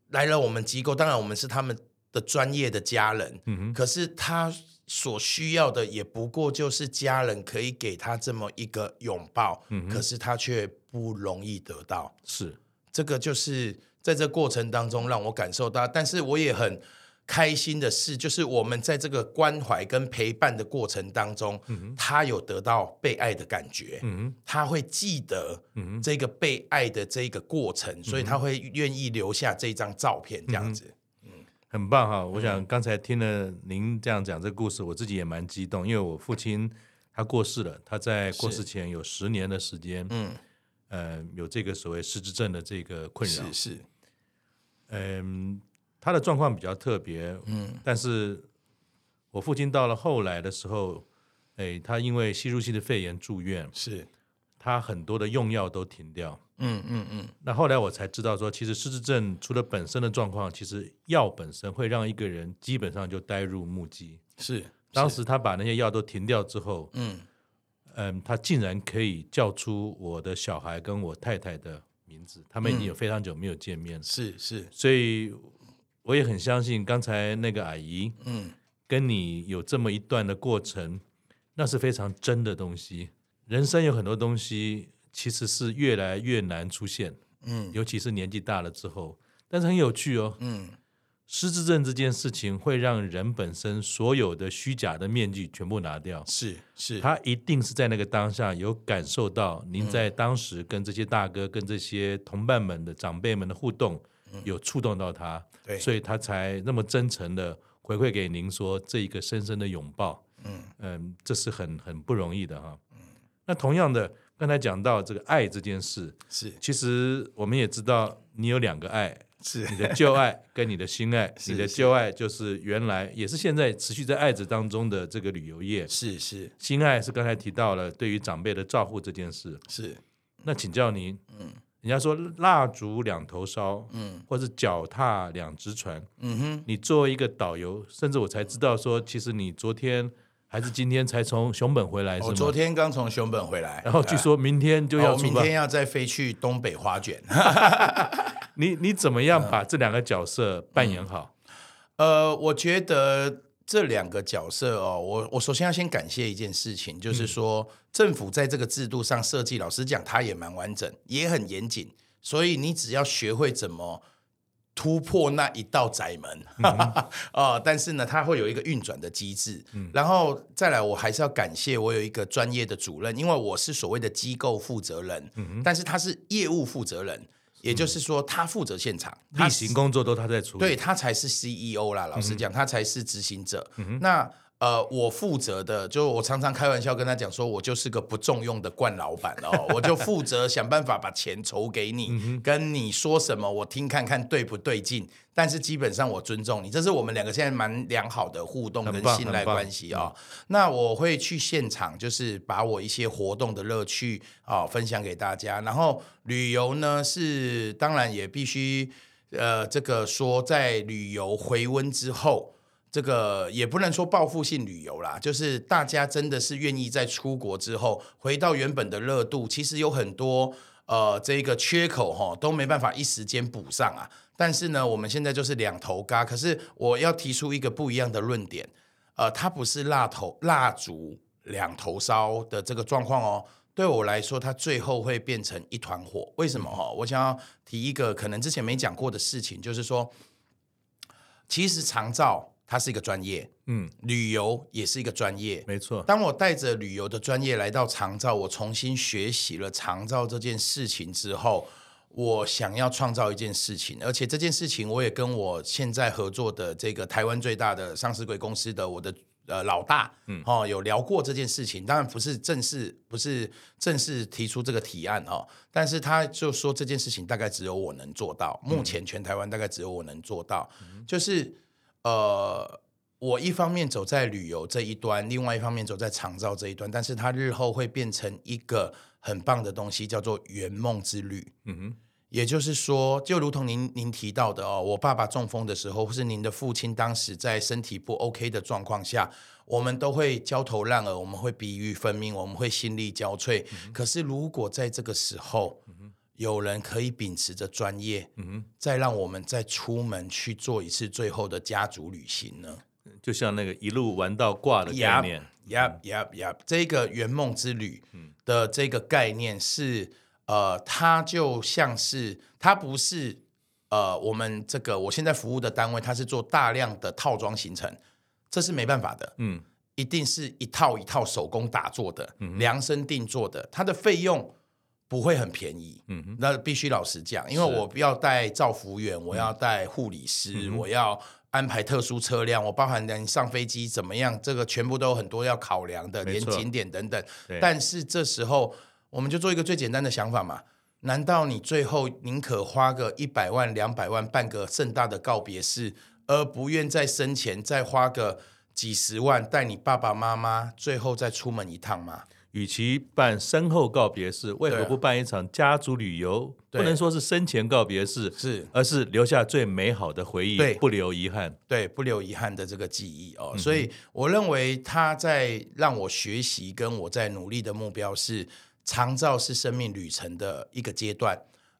C: 来了我们机构，当然我们是他们的专业的家人，
B: 嗯哼
C: 可是他所需要的也不过就是家人可以
B: 嗯
C: 给他这么一个拥抱，可是他却不容易得到。
B: 是
C: 这个就是在这过程当中让我感受到，但是我也很开心的是，就是我们在这个关怀跟陪伴的过程当中，他有得到被爱的感觉，
B: 嗯
C: 他会记得这个被爱的这个过程，所以他会愿意留下这张照片，这样子。
B: 嗯哼，很棒
C: 嗯
B: 哈！我想刚才听了您这样讲这个故事，我自己也蛮激动，因为我父亲他过世了，他在过世前有十年的时间，
C: 嗯，
B: 呃，有这个所谓失智症的这个困扰
C: 是，是，
B: 嗯，他的状况比较特别，嗯，但是我父亲到了后来的时候，哎，他因为吸入性的肺炎住院，
C: 是，
B: 他很多的用药都停掉。
C: 嗯嗯嗯，
B: 那后来我才知道说，其实失智症除了本身的状况，其实药本身会让一个人基本上就呆入木鸡。
C: 是，
B: 当时他把那些药都停掉之后，
C: 嗯，
B: 嗯，他竟然可以叫出我的小孩跟我太太的名字，他们
C: 嗯
B: 已经有非常久没有见面了。
C: 是是，
B: 所以我也很相信刚才那个阿姨
C: 嗯，
B: 跟你有这么一段的过程，那是非常真的东西。人生有很多东西其实是越来越难出现，
C: 嗯，
B: 尤其是年纪大了之后。但是很有趣哦，
C: 嗯，
B: 失智症这件事情会让人本身所有的虚假的面具全部拿掉。
C: 是是，
B: 他一定是在那个当下有感受到您在
C: 嗯
B: 当时跟这些大哥、跟这些同伴们的长辈们的互动，
C: 嗯
B: 有触动到他，
C: 对
B: 所以他才那么真诚的回馈给您说这一个深深的拥抱。嗯这是很很不容易的哈。那同样的，刚才讲到这个爱这件事，
C: 是
B: 其实我们也知道你有两个爱，
C: 是
B: 你的旧爱跟你的新 爱。你的旧爱就是原来也是现在持续在爱着当中的这个旅游业，
C: 是是
B: 新爱是刚才提到了对于长辈的照顾这件事，
C: 是，
B: 那请教您，嗯，人家说蜡烛两头烧，嗯，或是脚踏两只船，
C: 嗯哼，
B: 你作为一个导游，甚至我才知道说，其实你昨天还是今天才从熊本回来，是
C: 我
B: 吗？
C: 哦昨天刚从熊本回来，
B: 然后据说明天就
C: 呃
B: 要
C: 我
B: 出
C: 明
B: 发，
C: 天要再飞去东北花卷。
B: 你你怎么样
C: 嗯
B: 把这两个角色扮演好？
C: 呃，我觉得这两个角色哦，我我首先要先感谢一件事情，
B: 嗯
C: 就是说、政府在这个制度上设计，老实讲，它也蛮完整，也很严谨，所以你只要学会怎么。突破那一道窄门
B: 嗯
C: 啊、呃但是呢，它会有一个运转的机制。
B: 嗯
C: 然后再来，我还是要感谢我有一个专业的主任，因为我是所谓的机构负责人，
B: 嗯
C: 但是他是业务负责人，也就是说他负责现场，他
B: 例行工作都他在处理，嗯
C: 对他才是 CEO 啦。老实讲，他才是执行者。那呃，我负责的，就我常常开玩笑跟他讲说，我就是个不重用的惯老板哦，我就负责想办法把钱筹给你，
B: 嗯
C: 跟你说什么我听看看对不对劲。但是基本上我尊重你，这是我们两个现在蛮良好的互动
B: 很
C: 跟
B: 棒
C: 信
B: 很
C: 赖
B: 棒嗯
C: 关系啊、哦。那我会去现场，就是把我一些活动的乐趣啊、分享给大家。然后旅游呢，是当然也必须呃，这个说在旅游回温之后，这个也不能说报复性旅游啦，就是大家真的是愿意在出国之后回到原本的热度，其实有很多呃这个缺口哈都没办法一时间补上啊。但是呢，我们现在就是两头嘎，可是我要提出一个不一样的论点，呃，它不是蜡头蜡烛两头烧的这个状况哦。对我来说，它最后会变成一团火。为什么哈、哦？我想要提一个可能之前没讲过的事情，就是说，其实长照它是一个专业，
B: 嗯，
C: 旅游也是一个专业。
B: 没错，
C: 当我带着旅游的专业来到长照，我重新学习了长照这件事情之后，我想要创造一件事情，而且这件事情我也跟我现在合作的这个台湾最大的上市贵公司的我的。呃，老大，嗯，哦，有聊过这件事情，当然不是正式，不是正式提出这个提案哦，但是他就说这件事情大概只有我能做到，目前全台湾大概只有我能做到，就是呃，我一方面走在旅游这一端，另外一方面走在长照这一端，但是它日后会变成一个很棒的东西，叫做圆梦之旅。
B: 嗯哼，
C: 也就是说，就如同您您提到的哦，我爸爸中风的时候，或是您的父亲当时在身体不 OK 的状况下，我们都会焦头烂额，我们会鼻郁分明，我们会心力交瘁。可是如果在这个时候，有人可以秉持着专业，再让我们再出门去做一次最后的家族旅行呢？
B: 就像那个一路玩到挂的概
C: Yup
B: 念，
C: Yep, yep, yep。这个圆梦之旅的这个概念是呃，它就像是它不是呃，我们这个我现在服务的单位，它是做大量的套装行程，这是没办法的，
B: 嗯，
C: 一定是一套一套手工打做的，量身定做的，它的费用不会很便宜，
B: 嗯哼，
C: 那必须老实讲，因为
B: 是嗯
C: 我要带照服员，我要带护理师，我要安排特殊车辆，我包含人上飞机怎么样，这个全部都有很多要考量的，
B: 没
C: 连
B: 错
C: 景点等等
B: 对。
C: 但是这时候，我们就做一个最简单的想法嘛。难道你最后宁可花个一百万、两百万办个盛大的告别式，而不愿在生前再花个几十万带你爸爸妈妈最后再出门一趟吗？
B: 与其办身后告别式，为何不办一场家族旅游？
C: 啊对
B: 不能说是生前告别式，
C: 是，
B: 而是留下最美好的回忆
C: 对，
B: 不留遗憾。
C: 对，不留遗憾的这个记忆哦。所以我认为他在让我学习，跟我在努力的目标是，长照是生命旅程的一个阶段，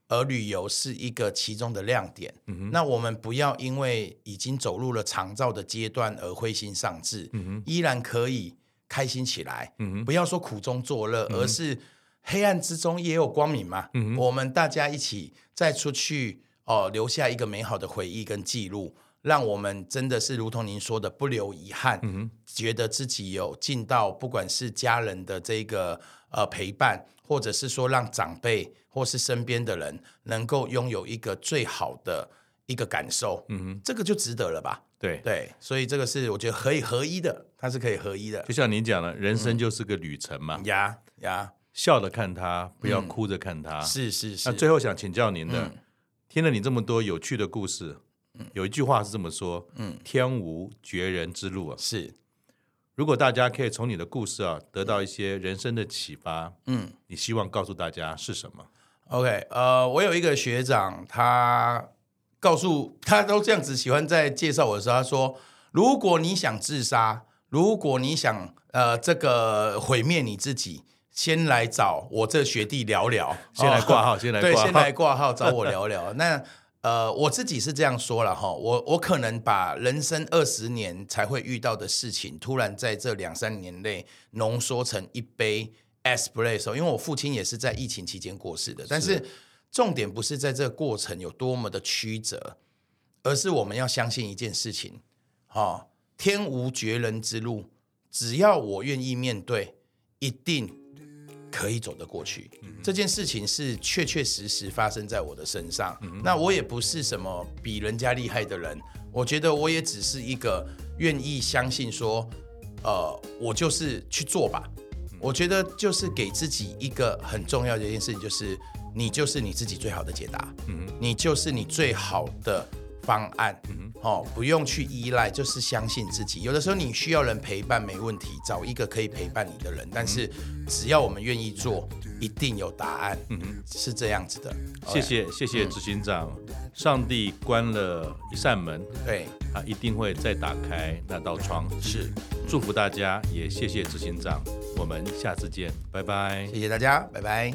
C: 而旅游是一个其中的亮点。那我们不要因为已经走入了长照的阶段而灰心丧志，依然可以开心起来。不要说苦中作乐，而是黑暗之中也有光明嘛。我们大家一起再出去哦、留下一个美好的回忆跟记录，让我们真的是如同您说的不留遗憾，觉得自己有尽到不管是家人的这个呃陪伴，或者是说让长辈或是身边的人能够拥有一个最好的一个感受，嗯，这个就值得了吧？
B: 对，
C: 对，所以这个是我觉得可以合一的，它是可以合一的
B: 就像您讲了，人
C: 嗯
B: 生就是个旅程嘛，
C: 呀呀，
B: 笑着看它，不要哭着看它。
C: 嗯是是是
B: 啊那，最后想请教您的
C: 嗯，
B: 听了你这么多有趣的故事，有一句话是这么说：
C: 嗯，
B: 天无绝人之路啊。
C: 是
B: 如果大家可以从你的故事啊得到一些人生的启发，
C: 嗯。哦
B: 你希望告诉大家是什么？
C: OK，呃，我有一个学长，他告诉他都这样子喜欢在介绍我的时候，他说：如果你想自杀，如果你想呃这个毁灭你自己，先来找我这学弟聊聊，
B: 先来挂
C: 号，
B: 号，先来
C: 对，
B: 挂
C: 先来
B: 号。
C: 挂号找我聊聊。那呃，我自己是这样说了哈，我我可能把人生二十年才会遇到的事情，突然在这两三年内浓缩成一杯 espresso，因为我父亲也是在疫情期间过世的，但是重点不是在这个过程有多么的曲折，而是我们要相信一件事情，哦，天无绝人之路，只要我愿意面对，一定可以走得过去。这件事情是确确实实发生在我的身上。那我也不是什么比人家厉害的人，我觉得我也只是一个愿意相信说，呃，我就是去做吧。我觉得就是给自己一个很重要的一件事情，就是你就是你自己最好的解答，嗯，你就是你最好的方案，嗯，哦，不用去依赖，就是相信自己。有的时候你需要人陪伴没问题，找一个可以陪伴你的人，但是只要我们愿意做，一定有答案，嗯，是这样子的。
B: 谢
C: 哎
B: 谢谢
C: 嗯
B: 谢执行长，上帝关了一扇门，
C: 对，
B: 他一定会再打开那道窗。
C: 是，
B: 祝福大家，也谢谢执行长，我们下次见，拜拜。
C: 谢谢大家，拜拜。